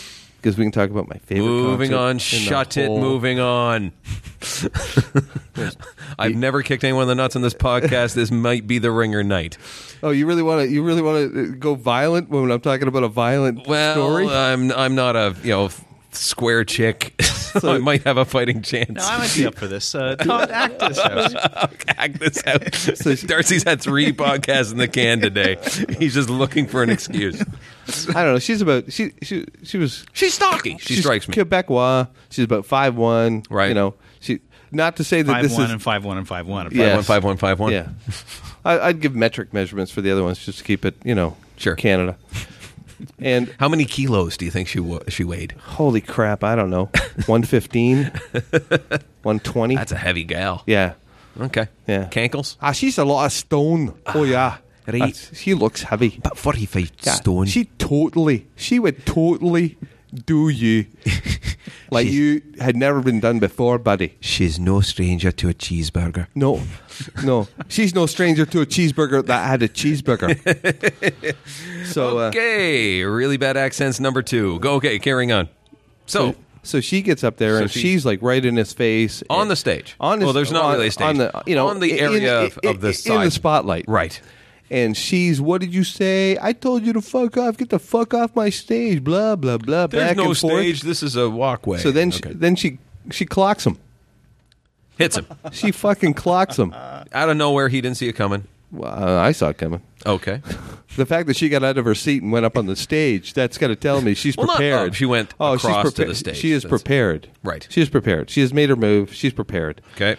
Speaker 3: because we can talk about my favorite.
Speaker 1: Moving
Speaker 3: concert in
Speaker 1: on.
Speaker 3: the
Speaker 1: Shut it.
Speaker 3: whole-
Speaker 1: Moving on. I've never kicked anyone in the nuts on this podcast. This might be the ringer night.
Speaker 3: Oh, you really want to? You really want to go violent when I'm talking about a violent
Speaker 1: Well,
Speaker 3: story?
Speaker 1: I'm I'm not a you know f- square chick. so I might have a fighting chance.
Speaker 2: No, I might be up for this. Uh, Todd, act this out.
Speaker 1: Act this out. Darcy's had three podcasts in the can today. He's just looking for an excuse.
Speaker 3: I don't know. She's about. She. She. She was.
Speaker 1: She's stalking. She
Speaker 3: she's
Speaker 1: strikes me.
Speaker 3: Quebecois. She's about five one.
Speaker 1: Right.
Speaker 3: You know. She. Not to say that
Speaker 2: Five
Speaker 3: this
Speaker 2: one
Speaker 3: is.
Speaker 2: and five one and five one. and
Speaker 3: Yeah.
Speaker 2: five-
Speaker 1: Five one five one five one.
Speaker 3: yeah. I, I'd give metric measurements for the other ones just to keep it. You know.
Speaker 1: Sure.
Speaker 3: Canada. And
Speaker 1: How many kilos do you think she wa- she weighed?
Speaker 3: holy crap! I don't know. One fifteen. One twenty.
Speaker 1: That's a heavy gal.
Speaker 3: Yeah.
Speaker 1: Okay.
Speaker 3: Yeah.
Speaker 1: Cankles.
Speaker 3: Ah, she's a lot of stone.
Speaker 1: Ah,
Speaker 3: Oh yeah.
Speaker 1: Right.
Speaker 3: That's- She looks heavy.
Speaker 1: About forty five
Speaker 3: Yeah, She totally. She would totally do you like
Speaker 1: She's-
Speaker 3: you had never been done before, buddy.
Speaker 1: She's no stranger to a cheeseburger.
Speaker 3: No, no. She's no stranger to a cheeseburger that had a cheeseburger. so, uh,
Speaker 1: Okay. Really bad accents number two. Go. Okay. Carrying on. So.
Speaker 3: so she gets up there
Speaker 1: So
Speaker 3: and
Speaker 1: she-
Speaker 3: she's like right in his face
Speaker 1: On
Speaker 3: And-
Speaker 1: the stage.
Speaker 3: On the
Speaker 1: Well, there's not
Speaker 3: on-
Speaker 1: really a stage.
Speaker 3: On the you know
Speaker 1: On the
Speaker 3: in-
Speaker 1: area
Speaker 3: in-
Speaker 1: of- of the
Speaker 3: in- in the
Speaker 1: side.
Speaker 3: spotlight,
Speaker 1: Right.
Speaker 3: And she's, what did you say? I told you to fuck off. Get the fuck off my stage. Blah blah blah.
Speaker 1: There's
Speaker 3: back
Speaker 1: no
Speaker 3: and forth.
Speaker 1: stage. This is a walkway.
Speaker 3: So then,
Speaker 1: Okay.
Speaker 3: she, then she she clocks him.
Speaker 1: hits him
Speaker 3: She fucking clocks him.
Speaker 1: out of nowhere. He didn't see it coming.
Speaker 3: Well, uh, I saw it coming.
Speaker 1: Okay.
Speaker 3: The fact that she got out of her seat and went up on the stage, that's got to tell me she's
Speaker 1: Well, not up.
Speaker 3: prepared. Oh,
Speaker 1: She went across to
Speaker 3: prepared.
Speaker 1: the stage.
Speaker 3: She is
Speaker 1: That's-
Speaker 3: prepared.
Speaker 1: Right.
Speaker 3: She is prepared. She has made her move. She's prepared.
Speaker 1: Okay.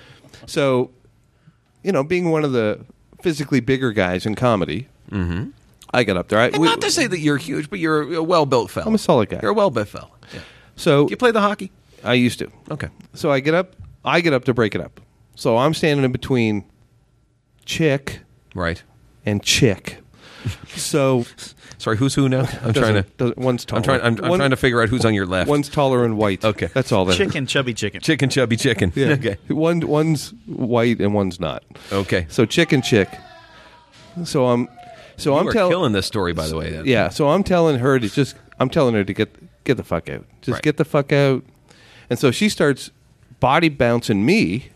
Speaker 3: So, you know, being one of the physically bigger guys in comedy, mm-hmm. I got up there. I,
Speaker 1: And
Speaker 3: we-
Speaker 1: not to say that you're huge, but you're a well built fella.
Speaker 3: I'm a solid guy.
Speaker 1: You're a well built fella. Yeah.
Speaker 3: so
Speaker 1: You play the hockey?
Speaker 3: I used to.
Speaker 1: Okay.
Speaker 3: So I get up. I get up to break it up. So I'm standing in between chick
Speaker 1: Right.
Speaker 3: and chick. So
Speaker 1: Sorry, who's who now? I'm trying to.
Speaker 3: Doesn't- doesn't- one's taller.
Speaker 1: I'm trying. I'm, I'm
Speaker 3: One-
Speaker 1: trying to figure out who's on your left.
Speaker 3: One's taller and white.
Speaker 1: Okay.
Speaker 3: that's all. That is.
Speaker 2: Chicken, chubby chicken.
Speaker 1: chicken, chubby chicken.
Speaker 3: Yeah.
Speaker 1: Okay.
Speaker 3: One one's white and one's not.
Speaker 1: Okay.
Speaker 3: So chick and chick. So I'm. So
Speaker 1: you
Speaker 3: I'm
Speaker 1: are
Speaker 3: telling.
Speaker 1: killing this story, by the way. then.
Speaker 3: Yeah. So I'm telling her to just. I'm telling her to get get the fuck out. Just
Speaker 1: Right.
Speaker 3: get the fuck out. And so she starts body bouncing me.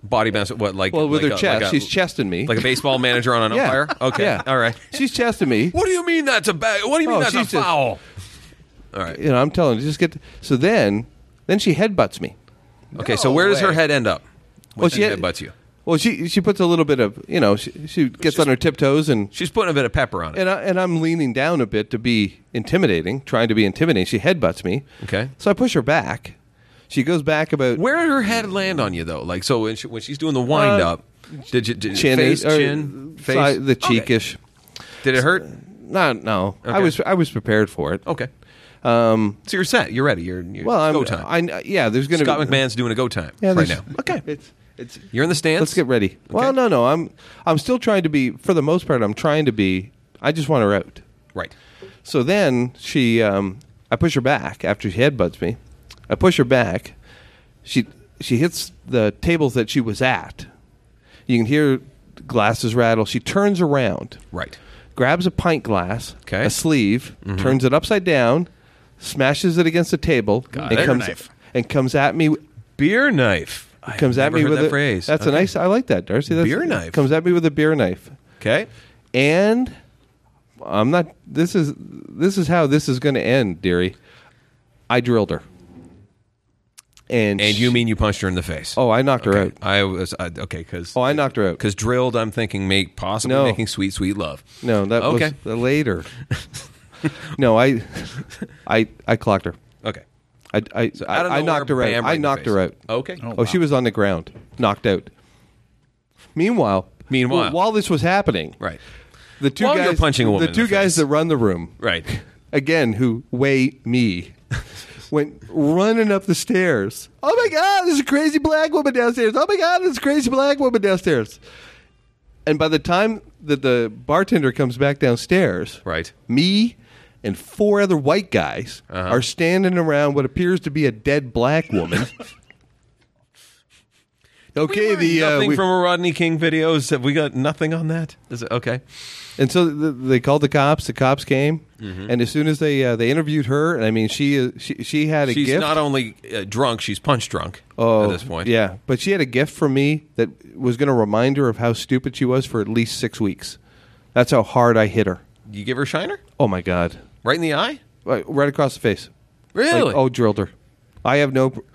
Speaker 1: Body bounce. What like?
Speaker 3: Well, with
Speaker 1: like
Speaker 3: her
Speaker 1: a-
Speaker 3: chest,
Speaker 1: like a-
Speaker 3: she's chesting me.
Speaker 1: Like a baseball manager on an
Speaker 3: yeah.
Speaker 1: umpire. Okay.
Speaker 3: Yeah.
Speaker 1: All right.
Speaker 3: She's chesting me.
Speaker 1: What do you mean that's a bad? What do you mean
Speaker 3: Oh,
Speaker 1: that's a
Speaker 3: she's just-
Speaker 1: foul? All right.
Speaker 3: You know, I'm telling her just get. So then, then she headbutts me.
Speaker 1: Okay. so where does her
Speaker 2: way.
Speaker 1: head end up?
Speaker 3: Well,
Speaker 1: When
Speaker 3: she had-
Speaker 1: headbutts you.
Speaker 3: Well, she she puts a little bit of you know she, she gets on her tiptoes and
Speaker 1: She's putting a bit of pepper on it.
Speaker 3: and I, and I'm leaning down a bit to be intimidating, trying to be intimidating. She headbutts me.
Speaker 1: Okay.
Speaker 3: So I push her back. She goes back about
Speaker 1: Where did her head land on you though? Like so when, she, when she's doing the wind up, did you did,
Speaker 3: Uh, chin,
Speaker 1: face
Speaker 3: or
Speaker 1: chin face
Speaker 3: side- the
Speaker 1: Okay.
Speaker 3: cheekish. Uh,
Speaker 1: Did it hurt?
Speaker 3: No, no. I
Speaker 1: Okay.
Speaker 3: was I was prepared for it.
Speaker 1: Okay. Um, so you're set. You're ready. You're, you're
Speaker 3: Well, I'm,
Speaker 1: go time.
Speaker 3: I yeah. There's going to
Speaker 1: Scott
Speaker 3: be
Speaker 1: McMahon's doing a go time
Speaker 3: yeah,
Speaker 1: right
Speaker 3: there's-
Speaker 1: now. Okay.
Speaker 3: It's it's.
Speaker 1: You're in the stands.
Speaker 3: Let's get ready. Well, no, no. I'm I'm still trying to be. For the most part, I'm trying to be. I just want her out.
Speaker 1: Right.
Speaker 3: So then she, um, I push her back after she headbutts me. I push her back. She she hits the tables that she was at. You can hear glasses rattle. She turns around,
Speaker 1: Right.
Speaker 3: grabs a pint glass,
Speaker 1: Okay. Mm-hmm.
Speaker 3: a sleeve, turns it upside down, smashes it against the table,
Speaker 2: Got
Speaker 3: and
Speaker 2: it.
Speaker 3: comes
Speaker 2: Butter knife.
Speaker 3: and comes at me.
Speaker 1: Beer knife. I
Speaker 3: Comes
Speaker 1: have
Speaker 3: at me
Speaker 1: never heard
Speaker 3: with
Speaker 1: that
Speaker 3: a
Speaker 1: phrase.
Speaker 3: That's a nice. I like that, Darcy. That's,
Speaker 1: Beer knife.
Speaker 3: Comes at me with a beer knife
Speaker 1: Okay.
Speaker 3: and I'm not. This is this is how this is going to end, dearie. I drilled her. and
Speaker 1: And you mean you punched her in the face?
Speaker 3: Oh, I knocked her
Speaker 1: okay.
Speaker 3: out.
Speaker 1: I was I, okay because
Speaker 3: Oh, I knocked her out.
Speaker 1: because drilled. I'm thinking make possibly
Speaker 3: No.
Speaker 1: making sweet sweet love.
Speaker 3: No, that
Speaker 1: okay.
Speaker 3: was the later. no, I, I, I clocked her.
Speaker 1: Okay.
Speaker 3: I, I,
Speaker 1: out of
Speaker 3: I, I
Speaker 1: nowhere,
Speaker 3: knocked her out.
Speaker 1: bam, right
Speaker 3: I
Speaker 1: in the
Speaker 3: knocked her
Speaker 1: face.
Speaker 3: out.
Speaker 1: Okay.
Speaker 2: Oh.
Speaker 3: Oh, she was on the ground, knocked out. Meanwhile,
Speaker 1: Meanwhile.
Speaker 3: well, while this was happening,
Speaker 1: Right.
Speaker 3: the two
Speaker 1: While
Speaker 3: guys
Speaker 1: you're punching a woman
Speaker 3: the
Speaker 1: in
Speaker 3: two
Speaker 1: the
Speaker 3: guys
Speaker 1: face.
Speaker 3: that run the room,
Speaker 1: Right.
Speaker 3: again, who weigh me, went running up the stairs. Oh my God, there's a crazy black woman downstairs. Oh my God, there's a crazy black woman downstairs. And by the time that the bartender comes back downstairs,
Speaker 1: Right.
Speaker 3: me and four other white guys
Speaker 1: Uh-huh.
Speaker 3: are standing around what appears to be a dead black woman. okay,
Speaker 1: We learned
Speaker 3: the uh,
Speaker 1: nothing
Speaker 3: we-
Speaker 1: from a Rodney King videos. Have we got nothing on that? Is it okay?
Speaker 3: And so th they called the cops. The cops came,
Speaker 1: Mm-hmm.
Speaker 3: and as soon as they uh, they interviewed her, and I mean, she uh, she she had a
Speaker 1: She's
Speaker 3: gift.
Speaker 1: not only uh, drunk, she's punch drunk at this point.
Speaker 3: Oh, yeah, but she had a gift from me that was going to remind her of how stupid she was for at least six weeks. That's how hard I hit her.
Speaker 1: You give her shiner
Speaker 3: Oh my god!
Speaker 1: right in the eye.
Speaker 3: Right, right across the face.
Speaker 1: Really?
Speaker 3: Like, oh, drilled her. I have no. pr-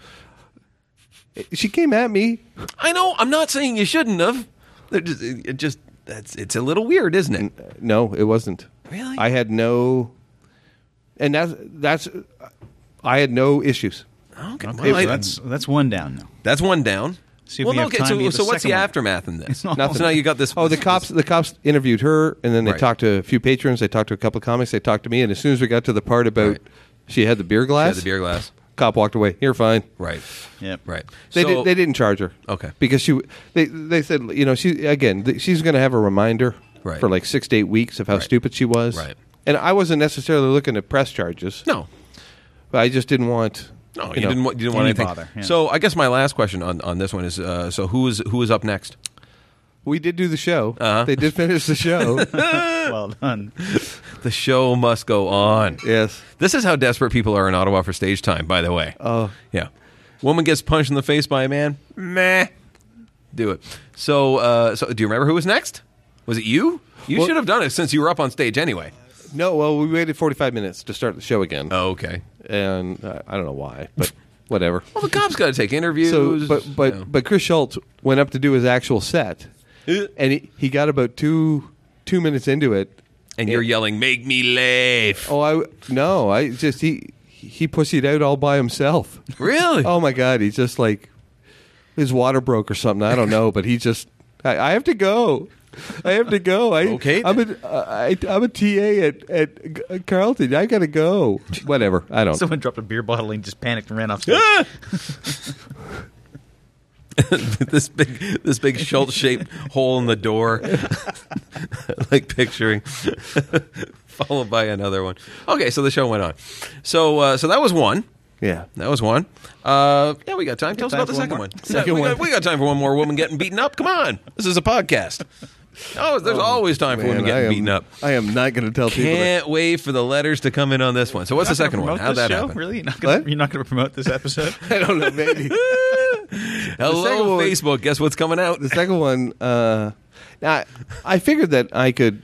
Speaker 3: She came at me.
Speaker 1: I know. I'm not saying you shouldn't have. They're just, it it just that's it's a little weird, isn't it?
Speaker 3: No, it wasn't.
Speaker 1: Really?
Speaker 3: I had no. And that's that's. I had no issues.
Speaker 1: Okay.
Speaker 2: Okay,
Speaker 1: well, I-
Speaker 2: so that's that's one down now.
Speaker 1: that's one down.
Speaker 2: See if
Speaker 1: well,
Speaker 2: we
Speaker 1: no,
Speaker 2: have
Speaker 1: okay,
Speaker 2: time
Speaker 1: so,
Speaker 2: to get the
Speaker 1: so what's
Speaker 2: second
Speaker 1: the
Speaker 2: one.
Speaker 1: aftermath in this?
Speaker 2: Nothing.
Speaker 1: So now you got this.
Speaker 3: Oh, the
Speaker 1: this-
Speaker 3: cops! The cops interviewed her, and then they
Speaker 1: Right.
Speaker 3: talked to a few patrons. They talked to a couple of comics. They talked to me, and as soon as we got to the part about
Speaker 1: Right.
Speaker 3: she had the beer
Speaker 1: Yeah,
Speaker 3: glass,
Speaker 1: the beer glass.
Speaker 3: cop walked away. You're fine.
Speaker 1: Right.
Speaker 2: Yep.
Speaker 1: Right.
Speaker 3: They
Speaker 1: so,
Speaker 3: did, they didn't charge her.
Speaker 1: Okay.
Speaker 3: because she they they said you know she again th- she's going to have a reminder
Speaker 1: Right.
Speaker 3: for like six to eight weeks of how
Speaker 1: Right.
Speaker 3: stupid she was.
Speaker 1: Right.
Speaker 3: And I wasn't necessarily looking to press charges.
Speaker 1: No.
Speaker 3: but I just didn't want.
Speaker 1: No, you,
Speaker 3: know,
Speaker 1: didn't. Want, you didn't want
Speaker 2: any
Speaker 1: anything.
Speaker 2: bother, yeah.
Speaker 1: So I guess my last question on, on this one is: uh, so who is who is up next?
Speaker 3: We did do the show. Uh-huh. They did finish the show.
Speaker 2: well done.
Speaker 1: The show must go on.
Speaker 3: yes.
Speaker 1: This is how desperate people are in Ottawa for stage time, by the way.
Speaker 3: Oh.
Speaker 1: Yeah. Woman gets punched in the face by a man. Meh. Do it. So, uh, so do you remember who was next? Was it you? You
Speaker 3: Well-
Speaker 1: should have done it since you were up on stage anyway.
Speaker 3: No. Well, we waited forty five minutes to start the show again,
Speaker 1: Oh, okay.
Speaker 3: and uh, I don't know why, but whatever.
Speaker 1: Well, the cops got to take interviews.
Speaker 3: So, but but
Speaker 1: Yeah.
Speaker 3: but Chris Schultz went up to do his actual set,
Speaker 1: Eh.
Speaker 3: and he, he got about two two minutes into it.
Speaker 1: and you're yelling, "Make me laugh!"
Speaker 3: Oh, I no, I just he he pussied out all by himself.
Speaker 1: Really?
Speaker 3: Oh my god, he's just like his water broke or something. I don't know, but he just I, I have to go. I have to go. I,
Speaker 1: Okay.
Speaker 3: I'm a I, I'm a TA at at Carlton. I gotta go. Whatever. I don't.
Speaker 2: Someone dropped a beer bottle and just panicked and ran off. stage.
Speaker 1: Ah! this big, this big Schultz-shaped hole in the door, like picturing, followed by another one. Okay, so the show went on. So, uh, so that was one.
Speaker 3: yeah.
Speaker 1: That was one. Uh, yeah, we got time. Tell us
Speaker 2: time
Speaker 1: about the
Speaker 2: for one
Speaker 1: second
Speaker 2: more.
Speaker 1: one.
Speaker 3: Second
Speaker 1: Yeah, we,
Speaker 3: one.
Speaker 1: Got, we got time for one more woman getting beaten up. Come on, this is a podcast. Oh, there's always time for women
Speaker 3: Man, I
Speaker 1: getting
Speaker 3: am-
Speaker 1: beaten up.
Speaker 3: I am not going to tell people. that-
Speaker 1: Can't wait for the letters to come in on this one. So, what's the second one?
Speaker 2: Promote
Speaker 1: How'd
Speaker 2: this
Speaker 1: that
Speaker 2: show?
Speaker 1: happen?
Speaker 2: Really? You're not gonna-
Speaker 3: What?
Speaker 2: you're not going to promote this episode?
Speaker 3: I don't know. Maybe. second
Speaker 1: Hello,
Speaker 3: one-
Speaker 1: Facebook. Guess what's coming out?
Speaker 3: the second one uh I, I figured that i could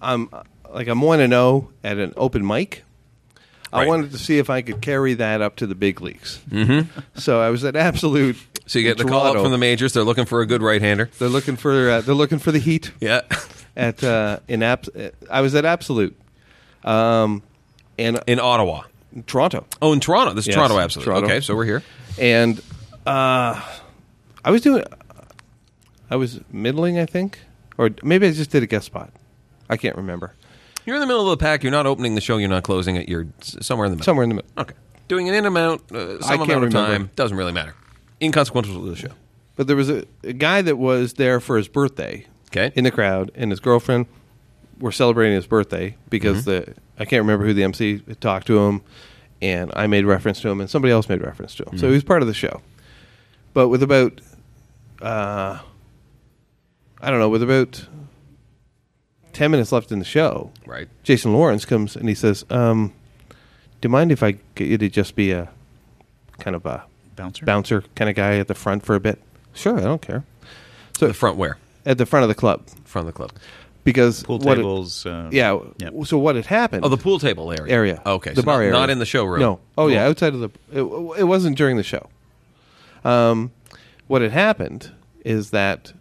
Speaker 3: i'm like i'm 1 and 0 at an open mic i
Speaker 1: Right.
Speaker 3: wanted to see if i could carry that up to the big leagues mm-hmm. so i was at absolute
Speaker 1: So you get the
Speaker 3: in
Speaker 1: call up
Speaker 3: Toronto.
Speaker 1: from the majors. They're looking for a good right-hander.
Speaker 3: they're looking for uh, they're looking for the heat
Speaker 1: Yeah,
Speaker 3: at uh in abs- i was at absolute um and
Speaker 1: in Ottawa.
Speaker 3: in toronto
Speaker 1: Oh, in Toronto. This is
Speaker 3: Yes,
Speaker 1: Toronto, absolutely.
Speaker 3: Toronto.
Speaker 1: Okay, so we're here.
Speaker 3: and uh, I was doing, I was middling, I think, or maybe I just did a guest spot. I can't remember.
Speaker 1: You're in the middle of the pack. You're not opening the show. You're not closing it. You're s- somewhere in the middle.
Speaker 3: Somewhere in the middle.
Speaker 1: Okay. Doing an in amount, uh, some
Speaker 3: I can't
Speaker 1: amount of
Speaker 3: remember.
Speaker 1: time doesn't really matter. Inconsequential to the show.
Speaker 3: But there was a, a guy that was there for his birthday.
Speaker 1: Okay.
Speaker 3: In the crowd, and his girlfriend were celebrating his birthday because the I can't remember who the MC talked to him, and I made reference to him, and somebody else made reference to him. So he was part of the show. But with about, uh, I don't know, with about ten minutes left in the show,
Speaker 1: Right.
Speaker 3: Jason Lawrence comes and he says, um, "Do you mind if I get you to just be a kind of a
Speaker 2: Bouncer?
Speaker 3: bouncer kind of guy at the front for a bit?" Sure, I don't care.
Speaker 1: the front where?
Speaker 3: At the front of the club,
Speaker 1: Front of the club.
Speaker 3: because
Speaker 2: Pool
Speaker 3: what it-
Speaker 2: tables. uh,
Speaker 3: yeah,
Speaker 2: yeah.
Speaker 3: So what had happened?
Speaker 1: Oh, the pool table area.
Speaker 3: area.
Speaker 1: Okay. so
Speaker 3: the bar
Speaker 1: not,
Speaker 3: area.
Speaker 1: Not in the showroom.
Speaker 3: No. Oh yeah, outside of the. It, it wasn't during the show. Um, what had happened is that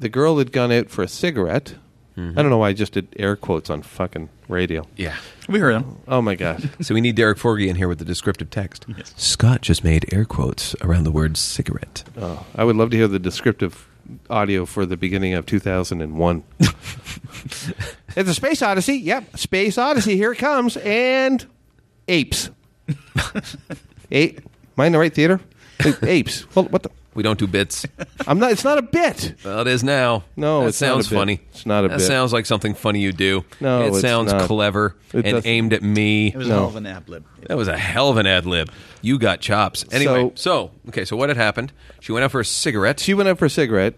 Speaker 3: the girl had gone out for a cigarette.
Speaker 1: Mm-hmm.
Speaker 3: I don't know why I just did air quotes on fucking radio.
Speaker 1: Yeah.
Speaker 2: We heard him.
Speaker 3: Oh my god.
Speaker 1: So we need Derek Forgy in here with the descriptive text. Scott just made air quotes around the word cigarette.
Speaker 3: oh, I would love to hear the descriptive audio for the beginning of 2001. it's a space odyssey. Yep, space odyssey. Here it comes. And apes. Ape. Am I in the right theater? Apes. Well, what the?
Speaker 1: We don't do bits.
Speaker 3: I'm not. It's not a bit.
Speaker 1: well, it is now.
Speaker 3: No,
Speaker 1: that
Speaker 3: it's not
Speaker 1: sounds
Speaker 3: a bit.
Speaker 1: funny.
Speaker 3: It's not a
Speaker 1: that
Speaker 3: bit.
Speaker 1: sounds like something funny you do.
Speaker 3: No,
Speaker 1: it
Speaker 3: it's
Speaker 1: sounds
Speaker 3: not.
Speaker 1: clever
Speaker 3: It
Speaker 1: and
Speaker 3: doesn't.
Speaker 1: aimed at me.
Speaker 2: It was
Speaker 3: No.
Speaker 2: all of an ad lib.
Speaker 1: That was a hell of an ad lib. You got chops. Anyway, so,
Speaker 3: So-
Speaker 1: okay, so what had happened? She went out for a cigarette.
Speaker 3: She went out for a cigarette.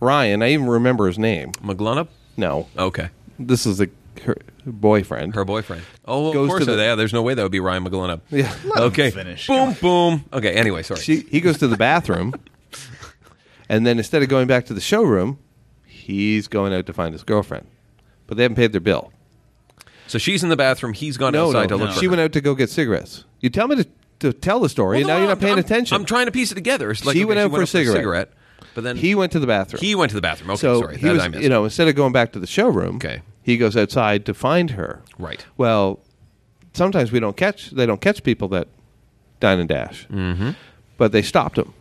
Speaker 3: Ryan, I even remember his name.
Speaker 1: McGlonup?
Speaker 3: No,
Speaker 1: Okay.
Speaker 3: this is the her boyfriend.
Speaker 1: Her boyfriend. Oh, of
Speaker 3: Goes
Speaker 1: course.
Speaker 3: to the-
Speaker 1: yeah, there's no way that would be Ryan McGlonup.
Speaker 3: Yeah.
Speaker 1: Okay.
Speaker 2: finish.
Speaker 1: Boom, boom. Okay. Anyway, sorry.
Speaker 3: She, he goes to the bathroom, and then instead of going back to the showroom, he's going out to find his girlfriend. But they haven't paid their bill.
Speaker 1: so she's in the bathroom. He's gone
Speaker 3: No,
Speaker 1: outside to
Speaker 3: no,
Speaker 1: look.
Speaker 3: no.
Speaker 1: For
Speaker 3: she
Speaker 1: her.
Speaker 3: went out to go get cigarettes. You tell me to, to tell the story, and now
Speaker 1: Well,
Speaker 3: you're
Speaker 1: no,
Speaker 3: not paying
Speaker 1: I'm-
Speaker 3: attention.
Speaker 1: I'm trying to piece it together. It's like,
Speaker 3: She
Speaker 1: okay,
Speaker 3: went out for a
Speaker 1: out
Speaker 3: cigarette.
Speaker 1: cigarette, but then
Speaker 3: he went to the bathroom.
Speaker 1: he went to the bathroom. Okay,
Speaker 3: so
Speaker 1: sorry.
Speaker 3: he
Speaker 1: that
Speaker 3: was,
Speaker 1: I missed.
Speaker 3: you know, instead of going back to the showroom,
Speaker 1: Okay.
Speaker 3: he goes outside to find her.
Speaker 1: Right.
Speaker 3: Well, sometimes we don't catch. They don't catch people that dine and dash. Mm-hmm. But they stopped him,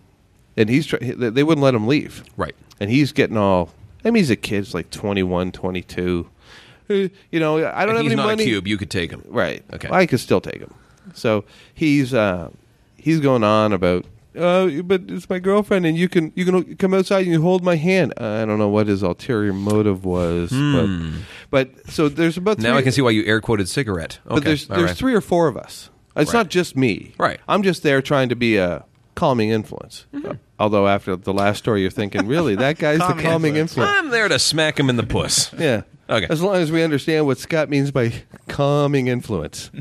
Speaker 3: and he's tr- they they wouldn't let him leave.
Speaker 1: Right.
Speaker 3: And he's getting all. I mean, he's a kid. He's like 21, 22. Uh, You know, I
Speaker 1: If
Speaker 3: don't have
Speaker 1: he's
Speaker 3: any
Speaker 1: not
Speaker 3: money.
Speaker 1: a cube. You could take him.
Speaker 3: Right.
Speaker 1: Okay.
Speaker 3: I could still take him. So he's uh, he's going on about. Uh, but it's my girlfriend, and you can you can come outside and you hold my hand. Uh, I don't know what his ulterior motive was, but but so there's about
Speaker 1: Hmm. Now
Speaker 3: three,
Speaker 1: I can see why you air quoted cigarette. Okay.
Speaker 3: But there's
Speaker 1: all
Speaker 3: there's
Speaker 1: right.
Speaker 3: three or four of us. Uh, It's
Speaker 1: Right.
Speaker 3: not just me.
Speaker 1: Right. Mm-hmm.
Speaker 3: I'm just there trying to be a calming influence. although after the last story, you're thinking, really, that guy's the
Speaker 2: Calming
Speaker 3: calming
Speaker 2: influence.
Speaker 3: influence.
Speaker 1: I'm there to smack him in the puss.
Speaker 3: Yeah.
Speaker 1: Okay.
Speaker 3: As long as we understand what Scott means by calming influence.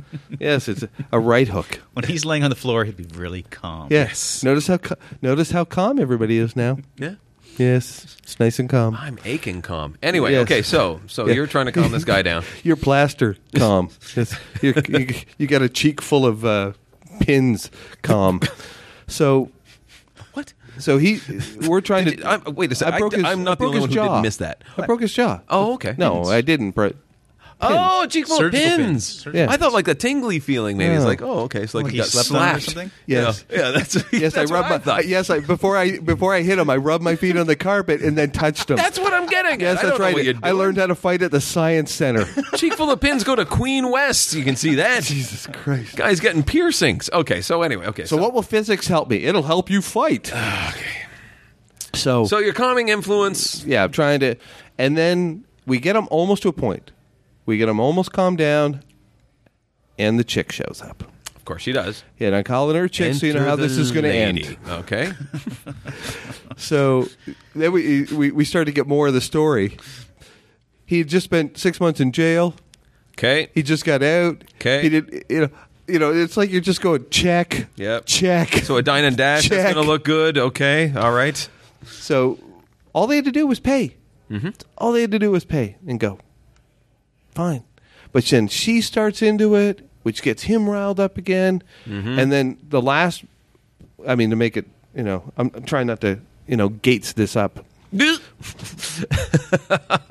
Speaker 3: yes, it's a right hook.
Speaker 2: When he's laying on the floor, he'd be really calm.
Speaker 3: Yes. Notice how ca- notice how calm everybody is now.
Speaker 1: Yeah.
Speaker 3: Yes, it's nice and calm.
Speaker 1: I'm aching calm. Anyway,
Speaker 3: Yes.
Speaker 1: okay, so so
Speaker 3: Yeah.
Speaker 1: you're trying to calm this guy down.
Speaker 3: Your plaster calm. Yes. You're- you you got a cheek full of uh, pins calm. So
Speaker 1: What?
Speaker 3: so he we're trying
Speaker 1: Did
Speaker 3: to
Speaker 1: you- I'm- wait a sec, I- I'm not
Speaker 3: I
Speaker 1: the
Speaker 3: broke
Speaker 1: only one
Speaker 3: his
Speaker 1: who didn't
Speaker 3: jaw.
Speaker 1: miss that.
Speaker 3: I broke his jaw.
Speaker 1: Oh, okay.
Speaker 3: No,
Speaker 1: Pins.
Speaker 3: I didn't. Bro-
Speaker 1: Oh, cheek full of
Speaker 2: Surgical
Speaker 1: pins.
Speaker 2: pins.
Speaker 3: Yeah.
Speaker 1: I thought like the tingly feeling. Maybe it's
Speaker 3: Yeah.
Speaker 1: like, oh, okay, it's like,
Speaker 2: Like
Speaker 1: he
Speaker 2: he
Speaker 1: got
Speaker 2: slept on it or
Speaker 1: slashed.
Speaker 2: something?
Speaker 1: You know?
Speaker 3: Yes.
Speaker 1: yeah, that's
Speaker 3: Yes,
Speaker 1: that's
Speaker 3: I rubbed
Speaker 1: what
Speaker 3: my
Speaker 1: thought.
Speaker 3: yes, I before I before I hit him, I rubbed my feet on the carpet and then touched him.
Speaker 1: That's what I'm getting. At.
Speaker 3: yes,
Speaker 1: I
Speaker 3: that's
Speaker 1: don't know
Speaker 3: right.
Speaker 1: what you're
Speaker 3: I
Speaker 1: doing.
Speaker 3: learned how to fight at the science center.
Speaker 1: Cheek full of pins go to Queen West. You can see that.
Speaker 3: Jesus Christ.
Speaker 1: Guy's getting piercings. Okay, so anyway, okay.
Speaker 3: So what will physics help me? It'll help you fight. okay. So,
Speaker 1: So your calming influence.
Speaker 3: yeah, I'm trying to and then we get him almost to a point. We get him almost calmed down and the chick shows up.
Speaker 1: Of course, she does.
Speaker 3: And I'm calling her a chick so you know
Speaker 1: Enter
Speaker 3: how this
Speaker 1: the
Speaker 3: is going to
Speaker 1: lady.
Speaker 3: end.
Speaker 1: Okay.
Speaker 3: So then we, we we started to get more of the story. He had just spent 6 months in jail.
Speaker 1: Okay.
Speaker 3: He just got out.
Speaker 1: 'Kay.
Speaker 3: He did. You know. You know. It's like you're just going check.
Speaker 1: Yep.
Speaker 3: Check.
Speaker 1: So a dine and dash that's
Speaker 3: Check.
Speaker 1: going to look good. Okay. All right.
Speaker 3: So all they had to do was pay. Mm-hmm. All they had to do was pay and go. Fine. But then she starts into it, which gets him riled up again, and then the last. I mean, to make it. You know, I'm, I'm trying not to. You know, gates this up. I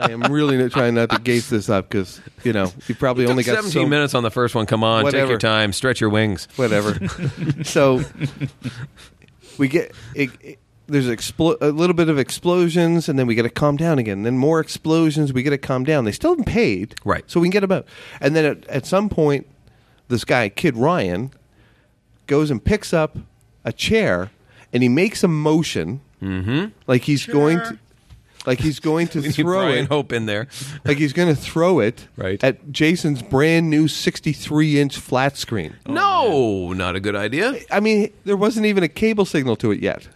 Speaker 3: am really not- trying not to gates this up because you know you probably only got
Speaker 1: 17
Speaker 3: so
Speaker 1: minutes on the first one. Come on, take
Speaker 3: Whatever.
Speaker 1: your time, stretch your wings.
Speaker 3: whatever. so we get it, it- there's explo- a little bit of explosions, and then we get to calm down again. Then more explosions, we get to calm down. They still haven't paid,
Speaker 1: Right.
Speaker 3: So we can get them out. And then at, at some point, this guy, Kid Ryan, goes and picks up a chair, and he makes a motion like he's going to, like he's going to
Speaker 1: Mm-hmm. We need
Speaker 3: throw
Speaker 1: Brian
Speaker 3: it,
Speaker 1: Hope in there.
Speaker 3: like he's going to throw it
Speaker 1: Right.
Speaker 3: at Jason's brand new 63 inch flat screen.
Speaker 1: no, not a good idea.
Speaker 3: I mean, there wasn't even a cable signal to it yet.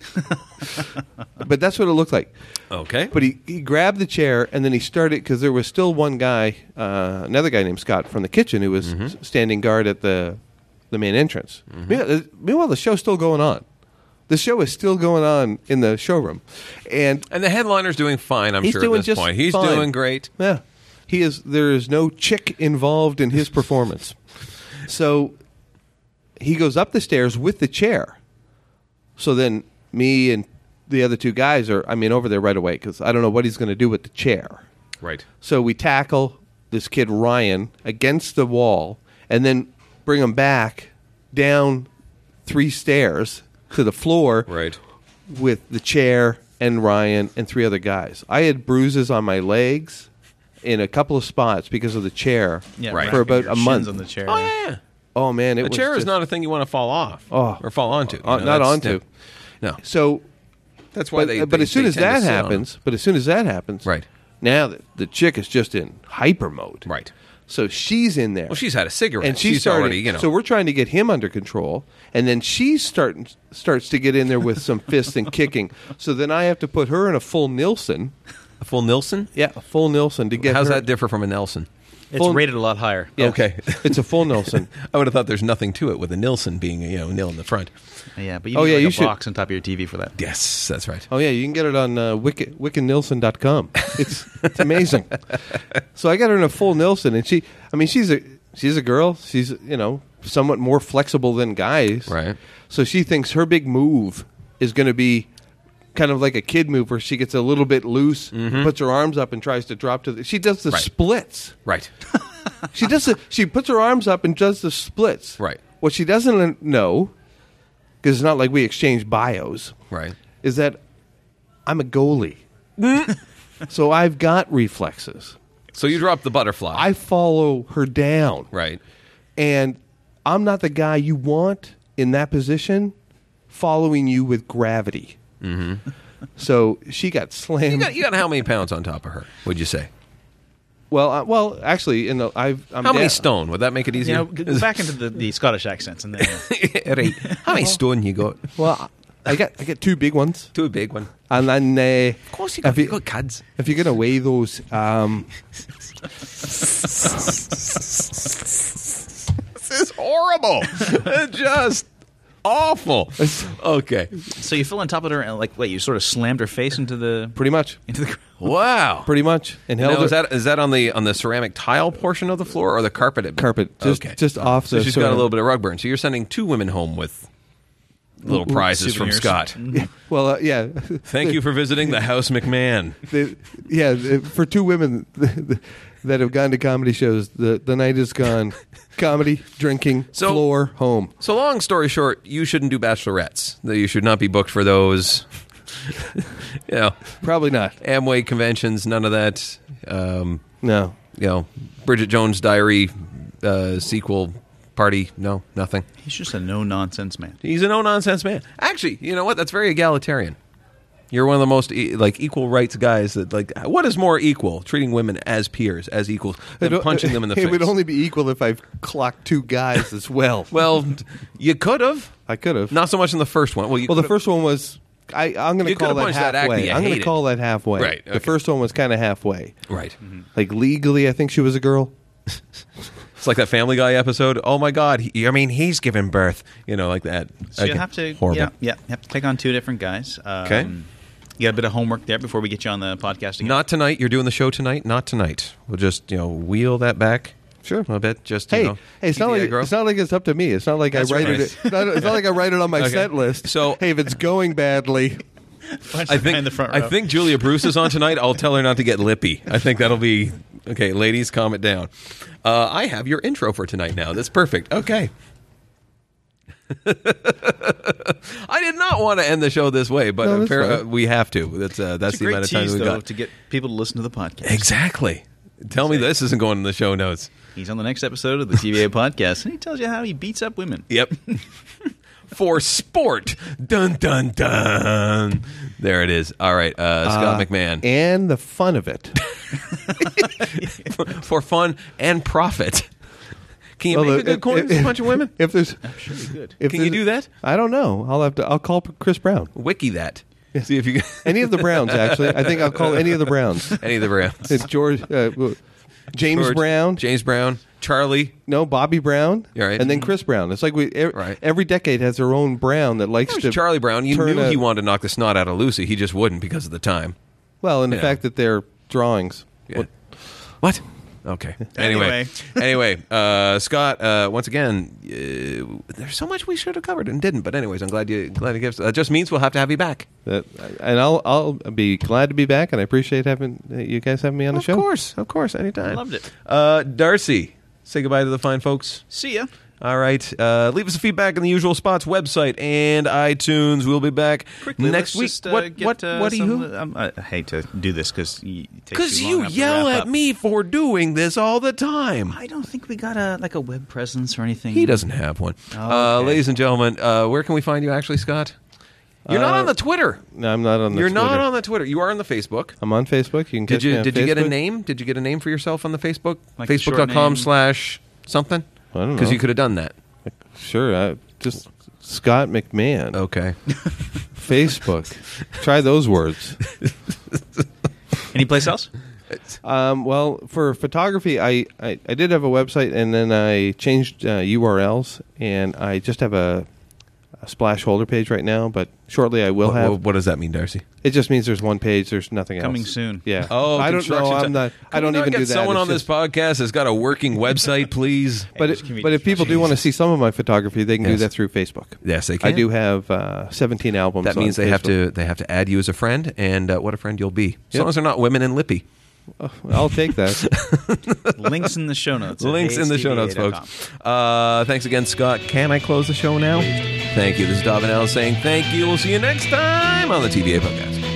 Speaker 3: but that's what it looked like.
Speaker 1: Okay.
Speaker 3: But he, he grabbed the chair and then he started because there was still one guy, uh, another guy named Scott from the kitchen who was s- standing guard at the the main entrance. Meanwhile, meanwhile, the show's still going on. The show is still going on in the showroom, and
Speaker 1: And the headliner's doing fine, I'm
Speaker 3: he's
Speaker 1: sure, at
Speaker 3: doing
Speaker 1: this
Speaker 3: just
Speaker 1: point. He's
Speaker 3: fine.
Speaker 1: doing great.
Speaker 3: Yeah, he is. There is no chick involved in his performance, so he goes up the stairs with the chair. So then me and the other two guys are, I mean, over there right away because I don't know what he's going to do with the chair.
Speaker 1: Right.
Speaker 3: So we tackle this kid Ryan against the wall and then bring him back down three stairs to the floor
Speaker 1: Right.
Speaker 3: with the chair and Ryan and three other guys. I had bruises on my legs in a couple of spots because of the chair
Speaker 2: Yeah,
Speaker 1: Right.
Speaker 3: for about
Speaker 2: your
Speaker 3: a
Speaker 2: shins
Speaker 3: month.
Speaker 2: on the chair.
Speaker 1: Oh, yeah.
Speaker 3: Oh man, it
Speaker 1: The
Speaker 3: was
Speaker 1: chair is
Speaker 3: just-
Speaker 1: not a thing you want to fall off
Speaker 3: Oh.
Speaker 1: or fall onto. You
Speaker 3: Uh,
Speaker 1: know,
Speaker 3: not
Speaker 1: that's-
Speaker 3: onto.
Speaker 1: No.
Speaker 3: So
Speaker 1: That's why
Speaker 3: but,
Speaker 1: they.
Speaker 3: uh, but
Speaker 1: they-
Speaker 3: as soon
Speaker 1: they
Speaker 3: as
Speaker 1: tend to
Speaker 3: that
Speaker 1: sit on them.
Speaker 3: happens, but as soon as that happens,
Speaker 1: Right.
Speaker 3: now the, the chick is just in hyper mode,
Speaker 1: Right.
Speaker 3: So she's in there.
Speaker 1: Well, she's had a cigarette.
Speaker 3: and she
Speaker 1: she's
Speaker 3: started,
Speaker 1: already, you know.
Speaker 3: So we're trying to get him under control, and then she starting starts to get in there with some fists and kicking. So then I have to put her in a full Nilsson.
Speaker 1: a full Nilsson?
Speaker 3: Yeah, a full Nilsson to get.
Speaker 1: How's
Speaker 3: her-
Speaker 1: that differ from a Nelson?
Speaker 2: It's
Speaker 3: Full-
Speaker 2: rated a lot higher.
Speaker 3: Yeah.
Speaker 1: Okay.
Speaker 3: it's a full Nilsson.
Speaker 1: I would have thought there's nothing to it with a Nilsson being, you know, nil in the front.
Speaker 2: Yeah, but you
Speaker 3: Oh,
Speaker 2: need
Speaker 3: yeah,
Speaker 2: like
Speaker 3: you
Speaker 2: a
Speaker 3: should-
Speaker 2: box on top of your TV for that.
Speaker 1: Yes, that's right.
Speaker 3: Oh yeah, you can get it on uh, Wicca, WiccanNilsson.com. It's it's amazing. so I got her in a full Nilsson, and she, I mean, she's a she's a girl. She's you know somewhat more flexible than guys,
Speaker 1: Right.
Speaker 3: So she thinks her big move is going to be kind of like a kid move, where she gets a little bit loose, puts her arms up, and tries to drop to. the She does the
Speaker 1: Mm-hmm. Right.
Speaker 3: splits.
Speaker 1: Right.
Speaker 3: She does the, she puts her arms up and does the splits.
Speaker 1: Right.
Speaker 3: What she doesn't know, because it's not like we exchange bios
Speaker 1: Right.
Speaker 3: is that I'm a goalie. so I've got reflexes.
Speaker 1: So you drop the butterfly.
Speaker 3: I follow her down.
Speaker 1: right.
Speaker 3: And I'm not the guy you want in that position following you with gravity. Mm-hmm. So she got slammed.
Speaker 1: You got, you got how many pounds on top of her, would you say?
Speaker 3: well, uh, well, actually, in the I've I'm
Speaker 1: How many
Speaker 3: down-
Speaker 1: stone? Would that make it
Speaker 2: You
Speaker 1: easier?
Speaker 2: know, g- go back into the, the Scottish accents and then uh,
Speaker 1: right. How many stone you got?
Speaker 3: Well, I got I got two big ones,
Speaker 1: Too big one.
Speaker 3: and then uh, of
Speaker 1: course you
Speaker 3: if
Speaker 1: got- you got kids.
Speaker 3: If you're gonna weigh those, um,
Speaker 1: This is horrible. Just awful. Okay.
Speaker 2: so you fell on top of her and like wait, you sort of slammed her face into the
Speaker 3: pretty much,
Speaker 2: into the ground.
Speaker 1: Wow.
Speaker 3: pretty much, and held
Speaker 1: Now,
Speaker 3: her-
Speaker 1: is that is that on the on the ceramic tile portion of the floor or the carpet? at-
Speaker 3: carpet, just
Speaker 1: okay.
Speaker 3: just off
Speaker 1: so
Speaker 3: the.
Speaker 1: she's
Speaker 3: sort
Speaker 1: got a
Speaker 3: of-
Speaker 1: little bit of rug burn. So you're sending two women home with little prizes from
Speaker 2: souvenirs. Mm-hmm.
Speaker 1: Scott.
Speaker 3: Well, uh, yeah,
Speaker 1: Thank you for visiting the House McMahon.
Speaker 3: The- yeah. the- For two women that have gone to comedy shows, the the night is gone. comedy, drinking,
Speaker 1: So-
Speaker 3: floor, home.
Speaker 1: So long story short, you shouldn't do bachelorettes. You should not be booked for those. you know,
Speaker 3: Probably not.
Speaker 1: Amway conventions, none of that. Um,
Speaker 3: No.
Speaker 1: you know, Bridget Jones' Diary uh, sequel party. No, nothing.
Speaker 2: He's just a no nonsense man.
Speaker 1: He's a no nonsense man. Actually, you know what? That's very egalitarian. You're one of the most e- like equal rights guys. That like, what is more equal? Treating women as peers, as equals, than
Speaker 3: It-
Speaker 1: punching them in the face.
Speaker 3: It would only be equal if I've clocked two guys as well.
Speaker 1: well, you could have.
Speaker 3: I could have.
Speaker 1: Not so much in the first one. Well, you
Speaker 3: Well, the
Speaker 1: could've-
Speaker 3: first one was. I, I'm going to
Speaker 1: You
Speaker 3: call
Speaker 1: could've
Speaker 3: that
Speaker 1: punched that acne,
Speaker 3: halfway.
Speaker 1: you
Speaker 3: I'm going
Speaker 1: hated.
Speaker 3: to call that halfway.
Speaker 1: Right, okay.
Speaker 3: The first one was kind of halfway.
Speaker 1: right.
Speaker 3: Like legally, I think she was a girl.
Speaker 1: It's like that Family Guy episode. Oh my God! He, I mean, he's giving birth. You know, like that.
Speaker 2: So you
Speaker 1: Again,
Speaker 2: have to
Speaker 1: horrible.
Speaker 2: Yeah, yeah, you have to take on two different guys. Um,
Speaker 1: Okay.
Speaker 2: You got a bit of homework there before we get you on the podcast again.
Speaker 1: Not tonight. You're doing the show tonight. Not tonight. We'll just you know wheel that back.
Speaker 3: Sure.
Speaker 1: a little bit. Just you
Speaker 3: Hey,
Speaker 1: know,
Speaker 3: hey, it's
Speaker 1: keep
Speaker 3: not
Speaker 1: the
Speaker 3: like
Speaker 1: aggro.
Speaker 3: it's not like it's up to me. It's not like
Speaker 2: That's
Speaker 3: I write
Speaker 2: right.
Speaker 3: it. It's not, it's not like I write it on my
Speaker 1: Okay.
Speaker 3: set list.
Speaker 1: So-
Speaker 3: hey, if it's going badly,
Speaker 2: Punch
Speaker 1: I
Speaker 2: the guy
Speaker 1: think
Speaker 2: in the front
Speaker 1: I
Speaker 2: row.
Speaker 1: think Julia Bruce is on tonight. I'll tell her not to get lippy. I think that'll be okay. Ladies, calm it down. Uh, I have your intro for tonight now. That's perfect. Okay. I did not want to end the show this way, but
Speaker 3: No, that's
Speaker 1: appar-
Speaker 3: fine.
Speaker 1: uh, we have to. That's uh, that's
Speaker 2: it's
Speaker 1: the
Speaker 2: a great
Speaker 1: amount of time
Speaker 2: tease
Speaker 1: we
Speaker 2: though
Speaker 1: got.
Speaker 2: to get people to listen to the podcast.
Speaker 1: exactly. Tell me this isn't going in the show notes.
Speaker 2: He's on the next episode of the TVA podcast, and he tells you how he beats up women.
Speaker 1: Yep. For sport. Dun dun dun. There it is. All right, uh, Scott McMahon.
Speaker 3: and the fun of it.
Speaker 1: for, for fun and profit. Can you
Speaker 3: Well,
Speaker 1: make a good
Speaker 3: if-
Speaker 1: coin
Speaker 3: if-
Speaker 1: with a bunch of women?
Speaker 3: If there's,
Speaker 2: Good.
Speaker 3: if
Speaker 1: Can you
Speaker 3: there's-
Speaker 1: do that?
Speaker 3: I don't know. I'll have to. I'll call Chris Brown.
Speaker 1: Wiki that. See if you can.
Speaker 3: Any of the Browns, actually. I think I'll call any of the Browns.
Speaker 1: Any of the Browns.
Speaker 3: It's George, uh, James
Speaker 1: George-
Speaker 3: Brown,
Speaker 1: James Brown. Charlie.
Speaker 3: No, Bobby Brown,
Speaker 1: You're right.
Speaker 3: and then Chris Brown. It's like we ev-
Speaker 1: Right.
Speaker 3: every decade has their own Brown that likes
Speaker 1: That
Speaker 3: to
Speaker 1: was Charlie Brown. You
Speaker 3: turn
Speaker 1: knew
Speaker 3: a-
Speaker 1: he wanted to knock the snot out of Lucy. He just wouldn't because of the time.
Speaker 3: Well, and the
Speaker 1: Yeah.
Speaker 3: fact that they're drawings.
Speaker 1: Yeah.
Speaker 3: What-
Speaker 1: What? Okay. Anyway, anyway, uh, Scott. Uh, once again, uh, there's so much we should have covered and didn't. But anyways, I'm glad you glad you gave. That just means we'll have to have you back.
Speaker 3: that, and I'll I'll be glad to be back, and I appreciate having uh, you guys having me on the
Speaker 1: of
Speaker 3: show.
Speaker 1: course, of course, anytime.
Speaker 2: Loved it.
Speaker 1: Uh, Darcy, say goodbye to the fine folks.
Speaker 2: See ya.
Speaker 1: All right. Uh, leave us a feedback in the usual spots, website and iTunes. We'll be back
Speaker 2: Quickly,
Speaker 1: next
Speaker 2: let's
Speaker 1: week.
Speaker 2: Just, uh,
Speaker 1: what?
Speaker 2: get,
Speaker 1: what?
Speaker 2: uh,
Speaker 1: what do
Speaker 2: some-
Speaker 1: you?
Speaker 2: um, I I hate to do this because
Speaker 1: Because you yell at me for doing this all the time.
Speaker 2: I don't think we got a like a web presence or anything.
Speaker 1: He doesn't have one. Uh,
Speaker 2: okay.
Speaker 1: ladies and gentlemen, uh, where can we find you actually, Scott? You're not
Speaker 3: Uh,
Speaker 1: on the Twitter.
Speaker 3: No, I'm not on. The
Speaker 1: You're not
Speaker 3: Twitter.
Speaker 1: on the Twitter. You are on the Facebook.
Speaker 3: I'm on Facebook. You can
Speaker 1: Did
Speaker 3: catch me
Speaker 1: you
Speaker 3: on
Speaker 1: did you get a
Speaker 3: Facebook.
Speaker 1: name? Did you get a name for yourself on the Facebook?
Speaker 2: Like a short
Speaker 1: Facebook.com
Speaker 2: name?
Speaker 1: slash something?
Speaker 3: I don't
Speaker 1: Because
Speaker 3: know.
Speaker 1: you could Oh. have done that.
Speaker 3: Sure, I, just Scott McMahon.
Speaker 1: Okay.
Speaker 3: Facebook. Try those words.
Speaker 2: Anyplace else?
Speaker 3: Um, well, for photography, I, I, I did have a website, and then I changed uh, URLs, and I just have a, a splash holder page right now. But shortly, I will
Speaker 1: what,
Speaker 3: have.
Speaker 1: what- what does that mean, Darcy?
Speaker 3: It just means there's one page. There's nothing
Speaker 2: Coming
Speaker 3: else.
Speaker 2: soon.
Speaker 3: Yeah.
Speaker 1: Oh,
Speaker 3: I don't know.
Speaker 1: construction
Speaker 3: I'm
Speaker 1: site.
Speaker 3: not. I
Speaker 1: Can we
Speaker 3: don't
Speaker 1: not
Speaker 3: even
Speaker 1: get
Speaker 3: do that.
Speaker 1: Someone
Speaker 3: It's
Speaker 1: on
Speaker 3: just-
Speaker 1: this podcast has got a working website, please.
Speaker 3: But
Speaker 2: Just give me
Speaker 3: it, but if people do want to
Speaker 2: Jesus.
Speaker 3: see some of my photography, they can
Speaker 1: Yes.
Speaker 3: do that through Facebook.
Speaker 1: Yes, they
Speaker 3: I
Speaker 1: can.
Speaker 3: do have uh, 17 albums.
Speaker 1: That
Speaker 3: on
Speaker 1: means they have
Speaker 3: Facebook.
Speaker 1: to they have to add you as a friend, and uh, what a friend you'll be. As
Speaker 3: Yep.
Speaker 1: long as they're not women and lippy.
Speaker 3: Oh, I'll take that.
Speaker 2: Links in the show notes. at
Speaker 1: Links in the show notes,
Speaker 2: HDVA.com.
Speaker 1: folks. Uh, thanks again, Scott. Can I close the show now? Thank you. This is Dovinell saying thank you. We'll see you next time on the TVA podcast.